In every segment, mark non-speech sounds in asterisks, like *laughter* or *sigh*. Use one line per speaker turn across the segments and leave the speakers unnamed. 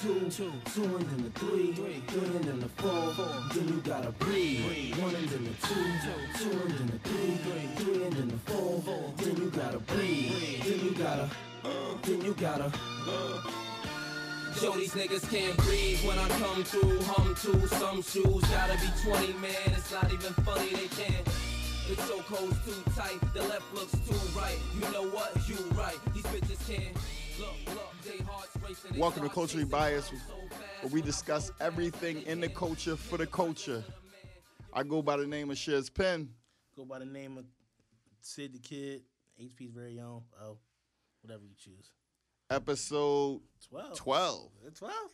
Two, two, two and then the three, three, three and then the four, four. Then you gotta breathe. One and then the two, two and then the three, three, three and then the four, four. Then you gotta breathe. Then you gotta, then you gotta. Yo, these niggas can't breathe when I come through. Hum to some shoes, gotta be 20, man. It's not even funny, they can't. The chokehold's too tight, the left looks too right. You know what? You right. These bitches can't. Look, look, they hearts racing. they
Welcome to
hearts
Culturally
racing.
Biased, where we discuss everything in the culture for the culture. I go by the name of Shiz Penn.
Go by the name of Sid the Kid, HP's very own. Oh, whatever you choose.
Episode
Twelve. Uh,
12.
Twelve.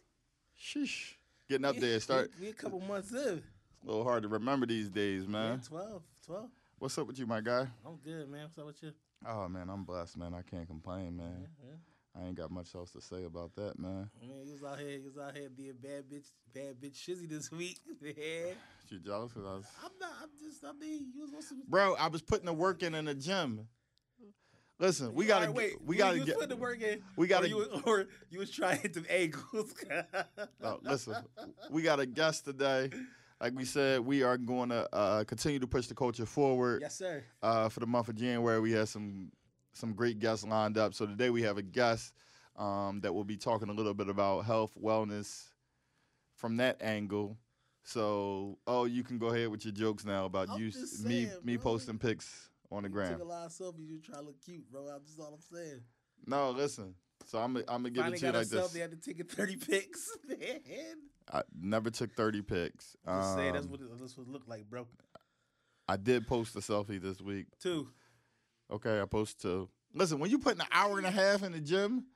Sheesh. Getting up there. Start
We, we a couple months in.
a little hard to remember these days,
Yeah,
man.
Twelve. Twelve.
What's up with you, my guy?
I'm good, man. What's up with you?
Oh man, I'm blessed, man. I can't complain, man. I ain't got much else to say about that, man.
I mean, you was out here. You was out here being bad bitch, bad bitch shizzy this *laughs* week. yeah.
You jealous? 'Cause I was...
I'm not. I'm just. I mean, you was supposed to.
Bro, I was putting the work in in the gym. Listen, we
All
gotta
right,
get- we
you-
gotta
you was
get
putting the work in.
we gotta-
Or you, was- or you was trying them *laughs* ankles.
No, Oh, listen, we got a guest today. Like we said, we are going to uh, continue to push the culture forward.
yes, sir.
Uh, for the month of January, we have some some great guests lined up. So today we have a guest um, that will be talking a little bit about health, wellness, from that angle. So, oh, you can go ahead with your jokes now about
I'm
you,
just
me,
saying,
me
bro.
posting pics on the
You took
gram.
a lot of selfies. You trying to look cute, bro. I'm just all I'm saying.
No, listen. So I'm, I'm gonna give it
Finally
to you
got
like
herself.
this.
They had to take it 30 pics. *laughs* Man.
I never took 30 pics.
I'm just saying that's
Um,
what it, that's what it looked like, bro.
I did post a selfie this week.
Two.
Okay, I post to listen. When you put an hour and a half in the gym,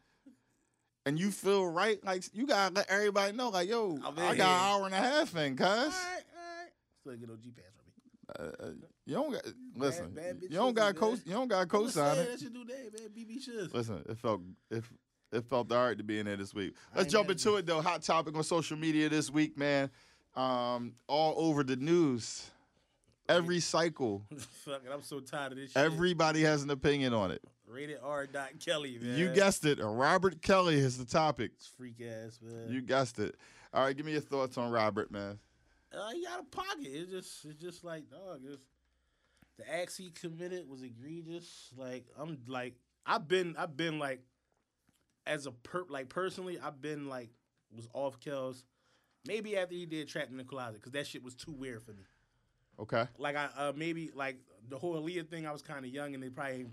and you feel right, like you gotta let everybody know, like yo,
I'm in
I got an
here.
hour and a half in, cuz Uh,
All right, all right. Still didn't get no G pass from me.
you don't got listen.
bad bitch
you don't got
shit,
co-
man.
you don't got
I'm just saying,
co-sign it.
That's your new name, man. BB Shiz.
Listen, it felt it it felt all right to be in there this week. Let's
ain't
jump
mad at
into
you.
it though. Hot topic on social media this week, man. Um, all over the news, every
*laughs*
cycle,
*laughs* Fuck it. I'm so tired of this shit.
everybody has an opinion on it.
Rated R. Dot Kelly, man.
You guessed it. Robert Kelly is the topic.
It's freak ass, man.
You guessed it. All right, give me your thoughts on Robert, man.
uh, he out of pocket. It's just it's just like dog. It's, the acts he committed was egregious. Like I'm like I've been I've been like as a per like personally I've been like was off Kells. Maybe after he did Trapped in the Closet because that shit was too weird for me.
Okay.
Like I uh, maybe like the whole Aaliyah thing. I was kind of young and they probably ain't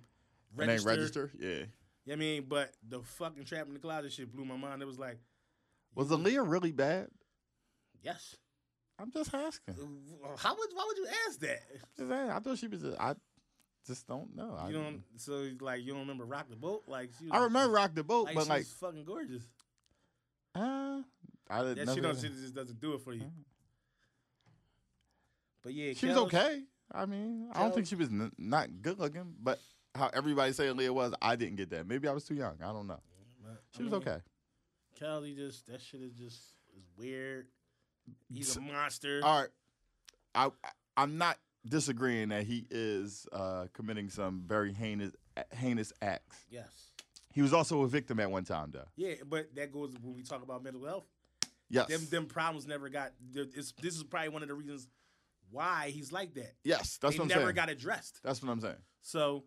And
registered.
register? Yeah.
You know what I mean, but the fucking Trapped in the Closet shit blew my mind. It was like
Was Aaliyah really bad?
yes. Uh,
I'm just asking.
How would why would you ask that?
Just saying, I thought she was. A, I just don't know. I,
You don't so like you don't remember Rock the Boat? Like she was,
I remember Rock the Boat,
like,
but
she
like,
was fucking gorgeous.
uh, I didn't.
That
never-
shit, don't, shit just doesn't do it for you. But yeah,
Mm-hmm. she was
Kells-
okay. I mean, I don't think she was n- not good looking, but how everybody say Aaliyah was, I didn't get that. Maybe I was too young. I don't know.
but,
She
I
was
mean,
okay.
Kelly just that shit is just is weird. He's
S-
a monster.
All right. I I'm not disagreeing that he is uh, committing some very heinous heinous acts.
yes.
He was also a victim at one time, though.
Yeah, but that goes when we talk about mental health.
Yes.
Them them problems never got. there- It's, this is probably one of the reasons why he's like that.
yes, that's
they
what I'm
never
saying.
got addressed.
that's what I'm saying.
So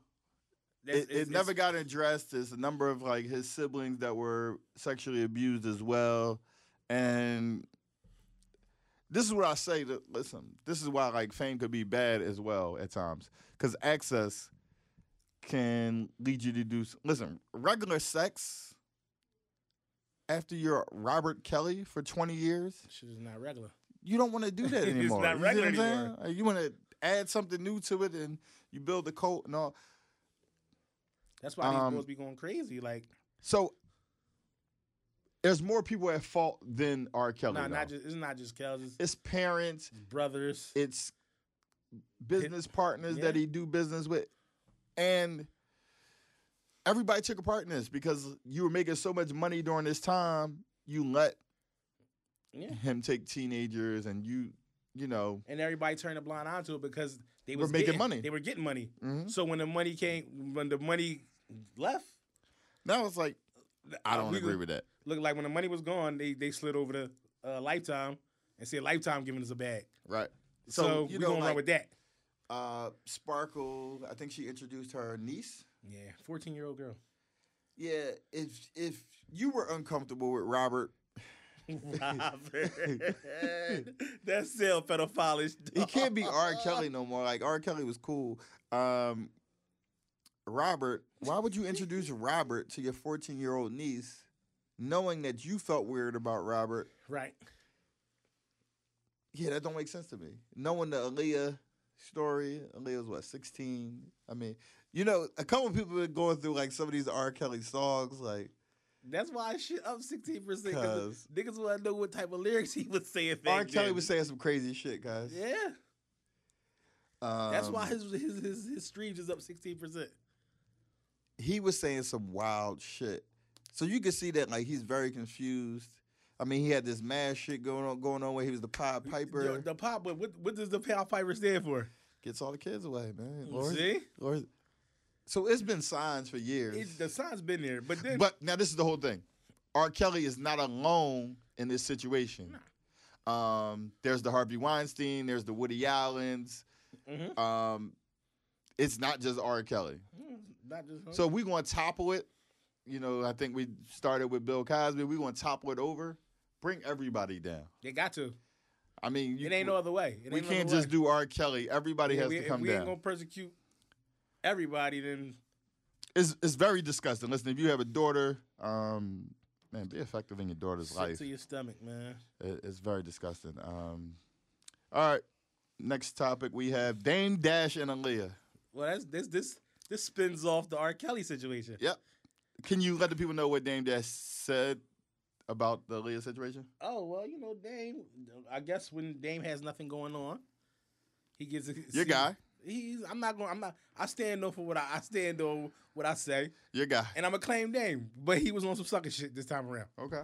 that's,
It, it never got addressed. There's a number of like his siblings that were sexually abused as well, and this is what I say. To, listen, this is why like fame could be bad as well at times because access can lead you to do. s- Listen, regular sex after you're Robert Kelly for 20 years.
Shit is not regular.
you don't want to do that
*laughs* It's
anymore.
not
You see what
regular
I'm saying?
anymore.
Like, you want to add something new to it, and you build the cult and all.
That's why these
Um,
girls be going crazy. Like
So there's more people at fault than R. Kelly.
Nah, not
though.
just it's not just Kells, it's
it's parents,
brothers.
it's business partners that
yeah.
he do business with, and everybody took a part in this because you were making so much money during this time. You let
Yeah.
him take teenagers, and you, you know,
And everybody turned a blind eye to it because they
We're
was
making
getting-
money.
They were getting money.
Mhm.
So when the money came, when the money left.
Now it's like I don't
We
agree
was-
with that.
Look like when the money was gone, they they slid over to uh, Lifetime and said Lifetime giving us a bag.
Right.
So,
So,
we
you know,
gonna run
like,
with that.
uh, Sparkle, I think she introduced her niece.
Yeah, fourteen year
*laughs*
old girl. *laughs*
Yeah, if if you were uncomfortable with Robert,
Robert. That's still pedophilish.
he can't be R. Kelly no more. Like R. Kelly was cool. Um, Robert, why would you introduce Robert to your 14 year old niece, knowing that you felt weird about Robert?
*laughs* Right.
Yeah, that don't make sense to me. Knowing the Aaliyah story, Aaliyah was what 16. I mean, you know, a couple people been going through like some of these R. Kelly songs, like.
That's why I shit up sixteen percent.
'Cause-
Niggas want to know what type of lyrics he was saying. Back
R. Kelly
then.
was saying some crazy shit, guys.
Yeah,
Um,
that's why his his, his his streams is up sixteen percent.
he was saying some wild shit. So you could see that like he's very confused. I mean, he had this mad shit going on going on where he was the Pied Piper.
The, the pop, but what what does the pop piper stand for?
Gets all the kids away, man.
See,
Lord. So it's been signs for years.
it, the sign's been there, but then
But now this is the whole thing. R. Kelly is not alone in this situation. Um, there's the Harvey Weinstein. There's the Woody Allen's.
Mhm.
Um, it's not just R. Kelly.
Mm, not just him.
So if we going to topple it. You know, I think we started with Bill Cosby. We going to topple it over. Bring everybody down.
they got to.
I mean, you,
it ain't no other way. It
we
ain't no
can't
other
just
way.
do R. Kelly. Everybody
Yeah,
has
we,
to
if
come
we
down.
ain't gonna persecute everybody. Then
It's it's very disgusting. Listen, if you have a daughter, um, man, be effective in your daughter's
shit
life.
to your stomach, man.
It- it's very disgusting. Um, all right, next topic we have Dame Dash and Aaliyah.
Well, that's this this this spins off the R. Kelly situation.
Yep. Can you let the people know what Dame Dash said about the Aaliyah situation?
Oh well, you know Dame. I guess when Dame has nothing going on, he gets a,
Your guy,
He's. I'm not going. I'm not. I stand up for what I, I stand on what I say,
your guy.
and I'm a claim Dame. But he was on some sucker shit this time around.
Okay.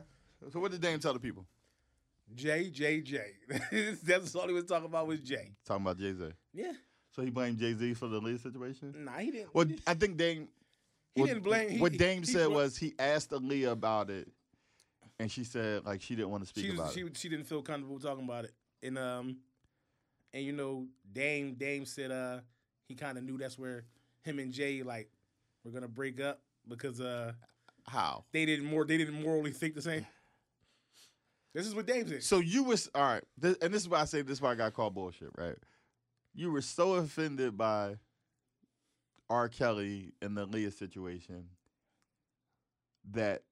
So what did Dame tell the people?
J J J. *laughs* That's all he was talking about was J.
Talking about Jay Z.
Yeah.
So he blamed Jay Z for the Aaliyah situation.
Nah, he didn't.
Well,
he didn't-
I think Dame
he
what-
didn't blame. he-
What
he-
Dame
he
said
bl-
was he asked Aaliyah about it, and she said like she didn't want to speak
she was,
about
she
it.
she didn't feel comfortable talking about it, and um, and you know Dame Dame said uh he kind of knew that's where him and Jay like were gonna break up because uh
How?
they didn't more they didn't morally think the same. This is what Dame said.
So you was all right, th- and this is why I say this is why I got called bullshit, right? You were so offended by R. Kelly and the Leah situation that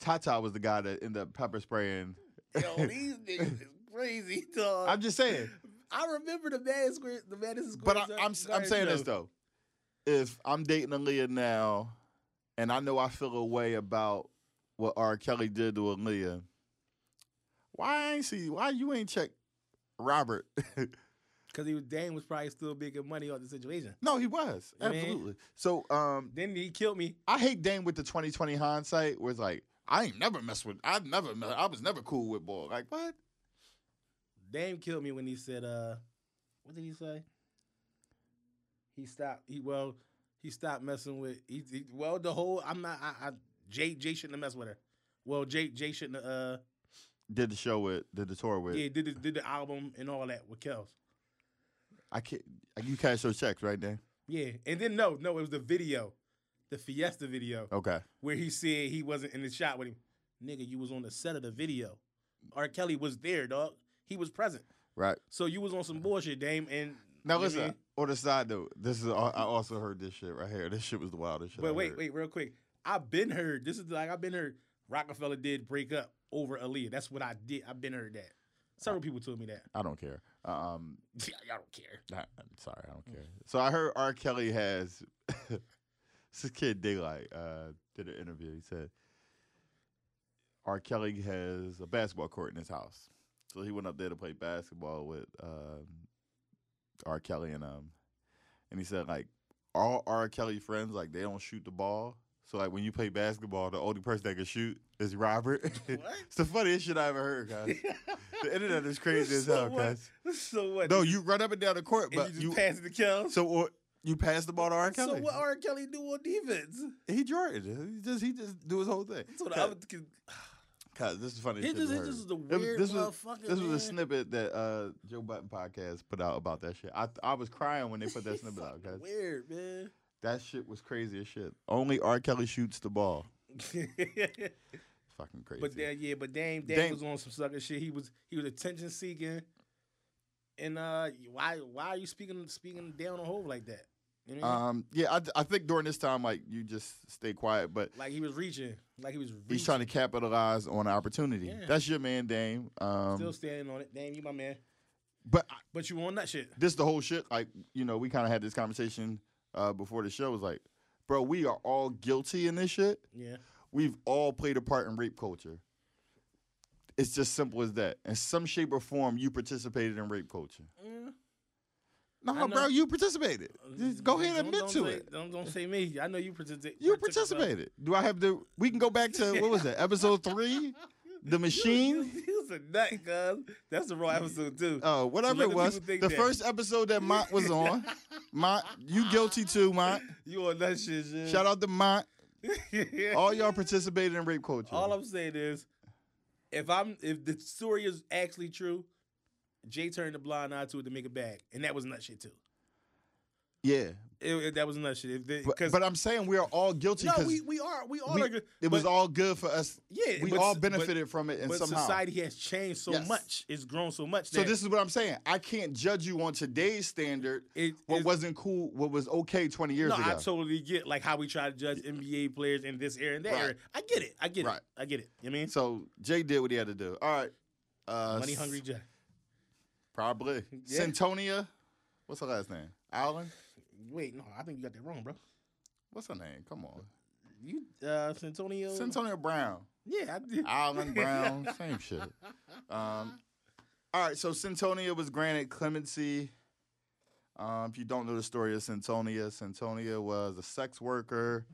Tata was the guy that ended up pepper spraying.
Yo, these niggas is crazy, dog.
I'm just saying,
I remember the Madison Square, the Madison Square.
but I, I'm s- I'm
Garden
saying this
show.
though, if I'm dating Aaliyah now, and I know I feel a way about what R. Kelly did to Aaliyah, why I ain't see why you ain't check Robert? *laughs*
Cause he was Dame was probably still making money off the situation.
no, he was
I mean-
absolutely. So um,
Then he killed me.
I hate Dame with the 2020 hindsight, where it's like I ain't never messed with. I never. me- I was never cool with boy. Like what?
Dame killed me when he said, uh, what did he say? He stopped. He well, he stopped messing with. He, he- well, the whole I'm not. I, I Jay Jay shouldn't have messed with her. Well, Jay Jay shouldn't. Have, uh,
Did the show with? Did the tour with?
yeah, did the, did the album and all that with Kels.
I can't. You cash those checks right there.
Yeah, and then no, no, it was the video, the Fiesta video,
Okay.
where he said he wasn't in the shot with him. Nigga, you was on the set of the video. R. Kelly was there, dog. He was present.
Right.
So you was on some bullshit, Dame. And
Now
you know what I
listen.
mean?
On the side note, this is. I also heard this shit right here. This shit was the wildest shit. I
But wait,
heard.
wait, real quick. I've been heard. This is like I've been heard. Rockefeller did break up over Aaliyah. That's what I did. I've been heard that. Several people told me that. *laughs*
I don't care. Um,
I don't care.
I, I'm sorry, I don't care. So I heard R. Kelly has *laughs* this kid Daylight uh, did an interview. He said R. Kelly has a basketball court in his house, so he went up there to play basketball with um, R. Kelly and um, and he said like all R. Kelly friends like they don't shoot the ball. So like when you play basketball, the only person that can shoot is Robert. *laughs* it's the funniest shit I ever heard, guys. the internet is crazy as
So
hell,
what?
guys.
*laughs* So what?
No, you run up and down the court,
And
but
you just
you
pass it to Kels.
so or, You passed the ball to R. Kelly.
So what R. Kelly do on defense?
He Jordan. He just he just do his whole thing.
So the
Cut.
other kid-
Cut. This is funny.
It
shit
just-
I
it
heard.
just is the
It was-
weird
This was,
motherfucker,
this was
man.
a snippet that uh, Joe Button podcast put out about that shit. I I was crying when they put
*laughs*
that snippet out. Guys.
Weird man.
That shit was crazy as shit. Only R. Kelly shoots the ball.
*laughs*
Fucking crazy.
but then yeah, but Dame, Dame
Dame-
was on some sucker shit. He was he was attention seeking. And uh why why are you speaking speaking down on Hove like that? You know what I mean?
um, yeah, I, I think during this time, like you just stay quiet, but
like he was reaching. Like he was reaching.
he's trying to capitalize on an opportunity.
Yeah.
That's your man, Dame.
still
Um,
standing on it. Damn, you my man.
but I,
But you on that shit.
this the whole shit. Like you know, we kind of had this conversation uh, before the show. Was like, bro, we are all guilty in this shit.
Yeah.
we've all played a part in rape culture. It's just simple as that. In some shape or form, you participated in rape culture.
Yeah.
No,
know. Uh,
bro, you participated. Just go ahead and admit
Don't-
to
don't say,
it.
Don't don't say me. I know you participated.
You participated. Do I have to? We can go back to what was that? Episode
*laughs*
three, the machine.
He was a nut, cuz. That's the wrong episode too.
Uh, whatever it
other
was,
people think
the
that.
first episode that Mont was
*laughs*
on. Mont, you guilty too, Mont.
you on that shit, shit.
Shout out to Mont.
*laughs* out.
All y'all participated in rape culture.
All I'm saying is, if I'm if the story is actually true, Jay turned a blind eye to it to make it back, and that was nut shit too.
yeah,
It, it- that was nut shit.
but,
Because
but I'm saying we are all guilty
no,
because
we, we are we all
we-
are good.
it was
but-
all good for us.
Yeah,
we
but
all
s-
benefited from it, and
But
somehow.
society has changed so
Yes.
much; it's grown so much.
so
that
this is what I'm saying. I can't judge you on today's standard.
it,
what
it's-
wasn't cool, what was okay 20 years
No,
ago.
I totally get like how we try to judge NBA players in this era and that
Right.
era. I get it. I get
Right.
it. I get it. You know what I mean?
so Jay did what he had to do. All right. Uh,
Money
s-
hungry Jay.
Probably.
*laughs* Yeah.
Centonia. What's her last name? Allen.
Wait, no, I think you got that wrong, bro.
What's her name? Come on.
You uh Santonio.
Centonia Brown.
yeah, I did.
Allen Brown. Same shit. Um, all right. So Centonia was granted clemency. Um, if you don't know the story of Centonia, Centonia was a sex worker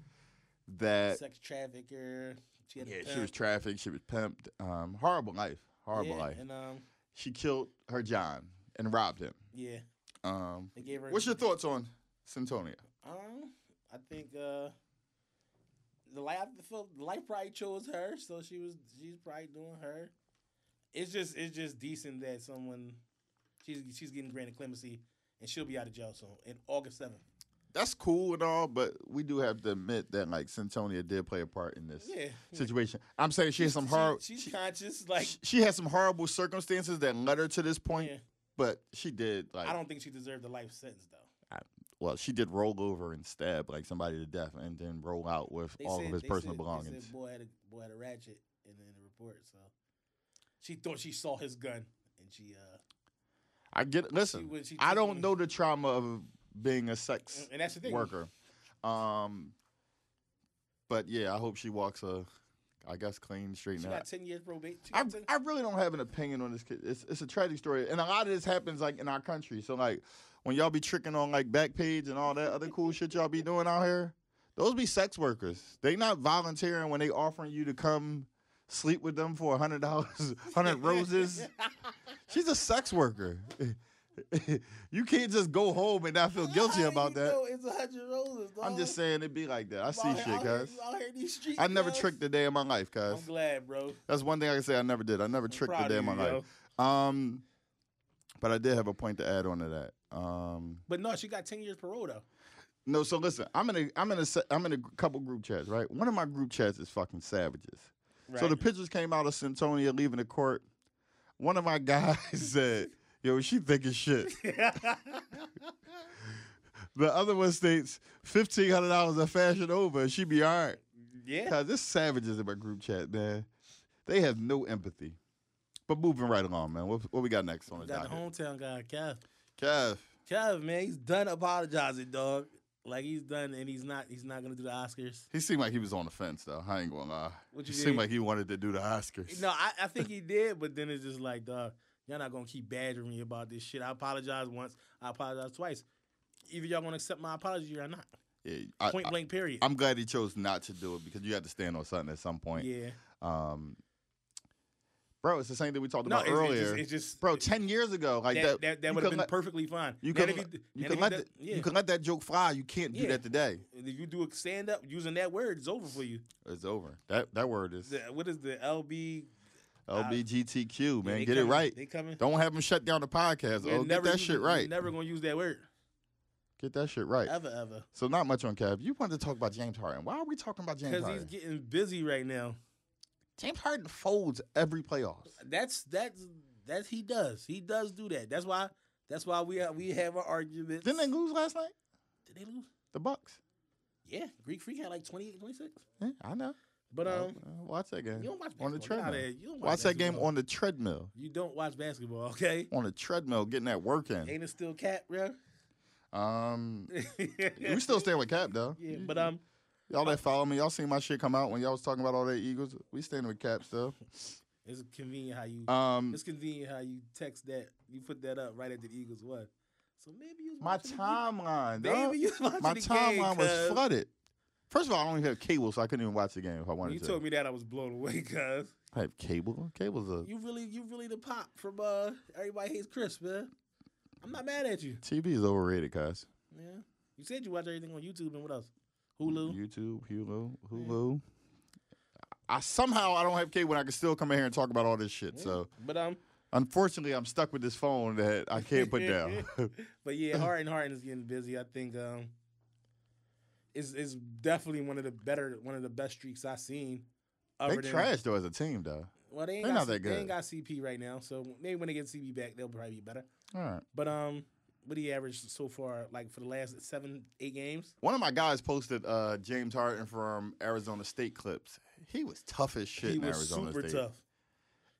that
sex trafficker. She had a
Uh, Yeah, she
pimp.
was trafficked. She was pimped. Um, horrible life. Horrible
yeah,
life.
And um,
She killed her John and robbed him.
yeah,
Um,
they gave her.
what's your thoughts on Centonia?
Um, I think uh, the life I feel the life probably chose her, so she was she's probably doing her. It's just it's just decent that someone she's she's getting granted clemency and she'll be out of jail soon in August seventh.
That's cool and all, but we do have to admit that like Centonia did play a part in this
Yeah,
situation. I'm saying she has some hor-
She, she's conscious. Like
she, she had some horrible circumstances that led her to this point,
Yeah.
but she did like
I don't think she deserved a life sentence though.
well, she did roll over and stab like somebody to death and then roll out with
They
all
said-
of his
they
personal
said- They
belongings.
said boy had a boy had a ratchet in the, in the report, so she thought she saw his gun and she uh
I get listen.
was- she
I
took
don't
one-
know the trauma of being a sex
and- and that's the thing.
worker. Um, but yeah, I hope she walks a, I guess clean, straight
She
now.
got ten years probate. She
I,
got 10
I really don't have an opinion on this kid. It's, it's a tragic story, and a lot of this happens like in our country. So like, when y'all be tricking on like Backpage and all that other cool shit y'all be doing out here, those be sex workers. They not volunteering when they offering you to come sleep with them for a hundred dollars, *laughs* hundred roses. She's a sex worker. *laughs* you can't just go home and not feel guilty
How
about
Ah, you
that.
know it's a hundred roses.
I'm just
dog?
saying it'd be like that. I see
Out here-
shit,
out here-
guys.
out here in these streets,
I never
cuz.
tricked a day in my life, guys.
I'm glad, bro.
That's one thing I can say I never did. I never tricked a
proud
day in
of
my
you,
life. Um, but I did have a point to add on to that. Um,
But no, she got ten years parole though.
no, so listen, I'm in a, I'm in a, se- I'm in a couple group chats, right? One of my group chats is fucking savages. So the pictures came out of Centonia leaving the court. One of my *laughs* guys said, "Yo, she thick as shit."
*laughs*
the other one states, fifteen hundred dollars a fashion over, she be all right.
yeah,
God, this savages in my group chat, man. They have no empathy. But moving right along, man. What, what we got next on the
we got the
docket?
hometown guy, Kev.
Kev.
Kev, man, he's done apologizing, dog. Like he's done, and he's not. He's not gonna do the Oscars.
He seemed like he was on the fence, though. I ain't gonna lie.
What
he
you
seemed
did?
like he wanted to do the Oscars.
No, I, I think he did, but then it's just like, dog, y'all not gonna keep badgering me about this shit. I apologize once. I apologize twice. Either y'all gonna accept my apology or not.
Yeah, I,
Point blank. Period.
am glad he chose not to do it because you had to stand on something at some point.
yeah.
Um, Bro, it's the same thing we talked
No,
about
it's,
earlier.
it's just, it's just
Bro, ten years ago, like
that
that,
that,
you
would
could
have been
let-
perfectly fine.
You
Now,
can,
if
let-
d-
you
now,
can
if
let
d-
th-
yeah.
you can let that joke fly. You can't do
Yeah.
that today.
If you do a stand up using that word, it's over for you.
It's over. That that word is
The, uh, what is the LB?
LBGTQ, Oh, man.
they
Get it
coming-
right.
They coming.
Don't have them shut down the podcast.
We're
Oh, get that
using-
shit
we're
right.
Never gonna use that word
Get that shit right.
ever ever
So not much on Kev. You wanted to talk about James Harden. Why are we talking about James
because he's
Harden?
getting busy right now.
James Harden folds every playoffs.
That's that's that he does. He does do that. That's why. That's why we have, we have our arguments.
Didn't they lose last night?
Did they lose?
The Bucks.
Yeah, Greek Freak had like 28, 26.
Yeah, I know.
But
I-
um,
I watch that game
you don't watch basketball.
on the
Get outta
treadmill.
here. You don't watch,
Watch that game
basketball.
on the treadmill.
You don't watch basketball, okay?
On the treadmill, getting that work in.
Ain't it still cat, bro? *laughs*
Um,
we
we still stay with Cap though.
Yeah, but um,
Y'all that follow me, y'all seen my shit come out when y'all was talking about all that Eagles. We staying with Cap still.
it's convenient how you.
Um,
it's convenient how you text that. You put that up right at the Eagles one. So maybe you. was *laughs*
my
watching the game.
timeline, dog.
Maybe you was watching
My
the game,
timeline was
cuz.
flooded. First of all, I don't even have cable, so I couldn't even watch the game if I
When
wanted
you
to.
told me that I was blown away, cuz
I have cable. Cable's a
you really, you really the pop from uh. Everybody hates Chris, man. I'm not mad at you.
TV is overrated, guys.
Yeah, you said you watch everything on YouTube and what else? Hulu.
YouTube, Hulu, Hulu. I somehow I don't have cable, and I can still come in here and talk about all this shit. So
But um,
unfortunately, I'm stuck with this phone that I can't put
*laughs*
down.
but yeah, Harden Harden is getting busy. I think um, is is definitely one of the better one of the best streaks I've seen.
*laughs* they
other than-
trash though as a team, though.
Well, they ain't
They're
got,
not that
C- They
good.
ain't got CP right now, so maybe when they get CP back, they'll probably be better.
All right.
But um, what he averaged so far, like for the last seven eight games,
One of my guys posted uh, James Harden from Arizona State clips. He was tough as shit
he
in
was
Arizona
super
State.
tough.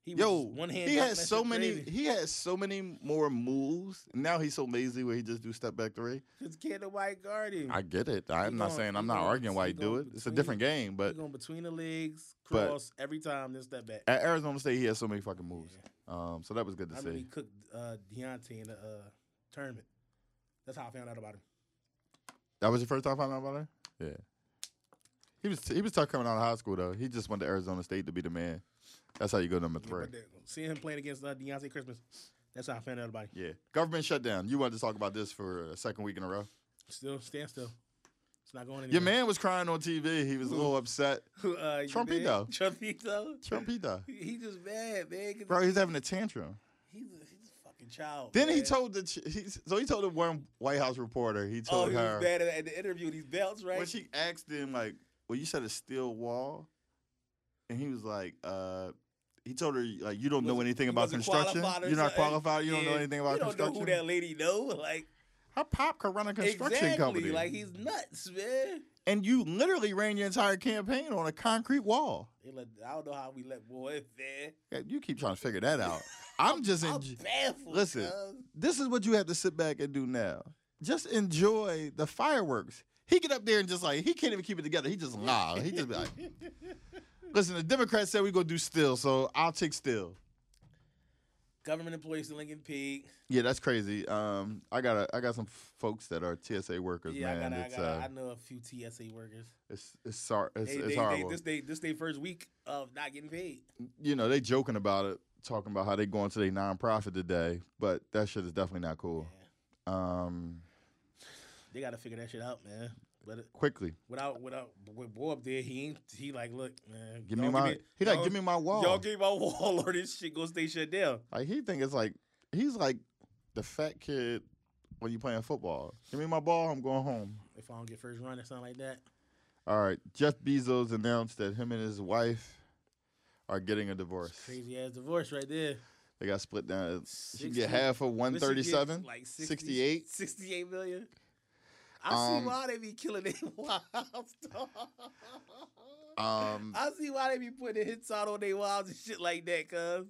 He
Yo,
one hand.
he
dunk,
had
that
so
shit
many.
crazy.
He had so many more moves. Now he's so lazy where he just do step back three.
Just can't nobody guard him.
I get it. I'm not
going-
saying
he
I'm not
going-
arguing why
he
he do
going
it. It's a
between-
different game,
he
but
going between the legs,
but-
cross every time, then step back.
at Arizona State he had so many fucking moves. Um, so that was good to
I
see.
remember he cooked uh, Deontay in the uh, tournament. That's how I found out about him.
That was your first time finding out about that? Yeah. He was he was tough coming out of high school though. He just went to Arizona State to be the man. That's how you go number
Yeah,
three.
but that- Seeing him playing against uh, Deontay Christmas, that's how I found out about him.
Yeah. Government shutdown. You wanted to talk about this for a second week in a row.
Still, stand still. It's not going anywhere.
Your man was crying on TV. He was a little upset.
*laughs* uh, your man, *laughs*
Trumpito.
Trumpito.
Trumpito.
He- He just mad, man. 'cause
Bro, he's having a tantrum.
He's, a, he's a fucking child.
Then he
man.
told the ch- he, so he told the one White House reporter. He
Oh,
told
he
her
was mad at, at the interview. These belts, right?
when she asked him like, "Well, you said a steel wall," and he was like, "Uh." He told her like you don't know
Wasn't-
anything
he
about
wasn't
construction.
qualified or
You're not
something.
qualified. You don't know
Yeah.
anything about
You don't
construction.
know who that lady know. *laughs* Like
Her pop could run a construction
exactly.
company.
Like he's nuts, man.
and you literally ran your entire campaign on a concrete wall.
They let, I don't know how we let boy in there.
Yeah, You keep trying to figure that
*laughs*
out. I'm just
I'm
enj-
baffled.
listen.
cuz.
this is what you have to sit back and do now. Just enjoy the fireworks. He get up there and just like he can't even keep it together. He just lie. He just be
*laughs*
like, listen, the Democrats said we gonna do still, so I'll take still.
Government employees in Lincoln Peak.
Yeah, that's crazy. Um, I got a, I got some folks that are TSA workers,
Yeah,
man.
I got. I,
it's,
got.
uh,
I know a few TSA workers.
it's it's sor- it's,
They,
it's
they, they,
horrible.
this they this they first week of not getting paid.
you know, they joking about it, talking about how they going to their nonprofit today, but that shit is definitely not cool.
Yeah.
Um,
They got to figure that shit out, man. But
quickly,
without without with boy up there, he ain't he like look man.
give me
y'all
my. he like
y'all-
give me my wall.
Y'all give me my *laughs* wall or this shit gonna stay shut down.
Like he think it's like he's like the fat kid when you playing football. Give me my ball, I'm going home.
If I don't get first run or something like that.
All right, Jeff Bezos announced that him and his wife are getting a divorce.
Crazy ass divorce right there.
They got split down. She
60
get half of
What she get?
137.
Like 60,
68?
68 million. I
Um,
see why they be killing their *laughs* wives, dog. *laughs*
Um,
I see why they be putting hits out on their wives and shit like that, cuz.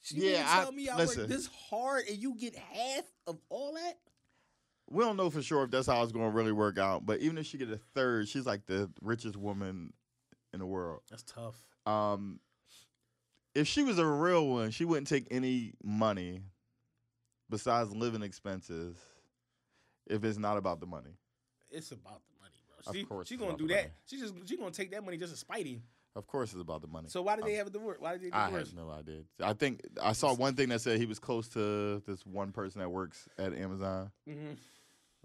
She
Yeah,
really
I-
tell me I
listen.
work this hard and you get half of all that?
we don't know for sure if that's how it's going to really work out. But even if she get a third, she's like the richest woman in the world.
That's tough.
Um, if she was a real one, she wouldn't take any money besides living expenses if it's not about the money.
It's about the money, bro.
Of
She,
course
she
it's
gonna
about
do
the
that.
money.
She just she gonna take that money just to spite him.
Of course, it's about the money.
So why did they
Um,
have a divorce? Why did they
I
divorce?
have no idea. I think I saw one thing that said he was close to this one person that works at Amazon.
Mhm.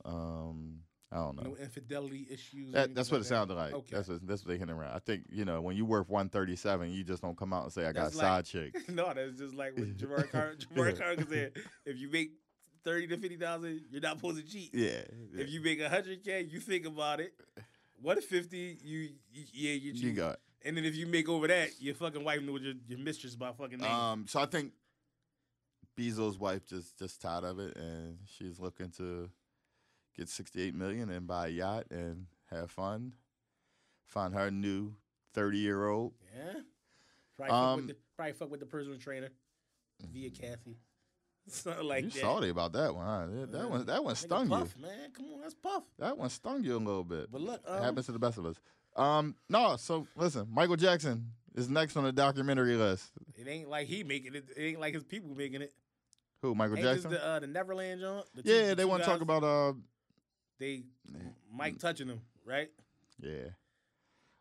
Um, I don't know.
No infidelity issues. or
That, that's
anything
what it
like
sounded like.
Okay.
That's what that's what they hinting around. I think you know when you worth one thirty seven, you just don't come out and say I got
That's like-
side
*laughs*
chicks.
that. no, that's just
*laughs*
like what Gerard Car- Gerard Carter said. If you make thirty to fifty thousand, you're not supposed to cheat.
Yeah, yeah.
If you make hundred k, you think about it. What if fifty? You, you yeah, you cheat.
you got.
And then if you make over that, your fucking wife knows your, your mistress by fucking name.
Um, so I think Bezos' wife just just tired of it, and she's looking to get sixty eight million and buy a yacht and have fun. Find her new thirty year old.
yeah. Probably, fuck
um, Mm-hmm.
with the, probably fuck with the personal trainer via Kathy. *laughs* Something like
you
that.
salty about that one? Huh? That, that one that one
Nigga,
stung you.
puff, man. Come on, that's puff.
That one stung you a little bit.
But look,
It
um,
happens to the best of us. Um, no, so listen, Michael Jackson is next on the documentary list.
It ain't like he making it. It ain't like his people making it.
Who, Michael
Ain't this
Jackson?
the, uh, the Neverland joint? The two-
yeah,
the
they
two
want to talk
guys?
about uh
they Mike
mm.
touching him, right?
yeah.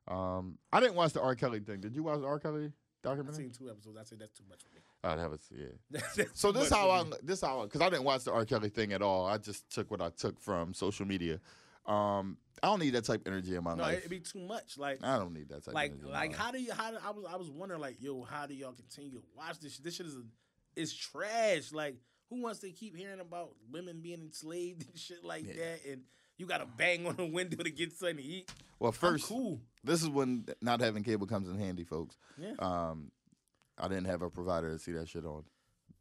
Um I didn't watch the R. Kelly thing. Did you watch the R. Kelly
I've
documentary?
seen two episodes. I say that's too much for me. *laughs*
Oh, that was yeah. mm-hmm.
That's- that's
So
too
this
much
how
for
I
me.
this how because I didn't watch the R. Kelly thing at all. I just took what I took from social media. Um I don't need that type of energy in my
No,
life.
it'd be too much. Like,
I don't need that type
like,
of energy.
like,
in my life.
how do you? How do, I was, I was wondering, like, yo, how do y'all continue to watch this? shit? This shit is, is trash. Like, who wants to keep hearing about women being enslaved *laughs* and shit like
Yeah.
that? And you got to bang on a window to get something to eat.
well
I'm
first
cool.
this is when not having cable comes in handy, folks.
Yeah.
Um, I didn't have a provider to see that shit on.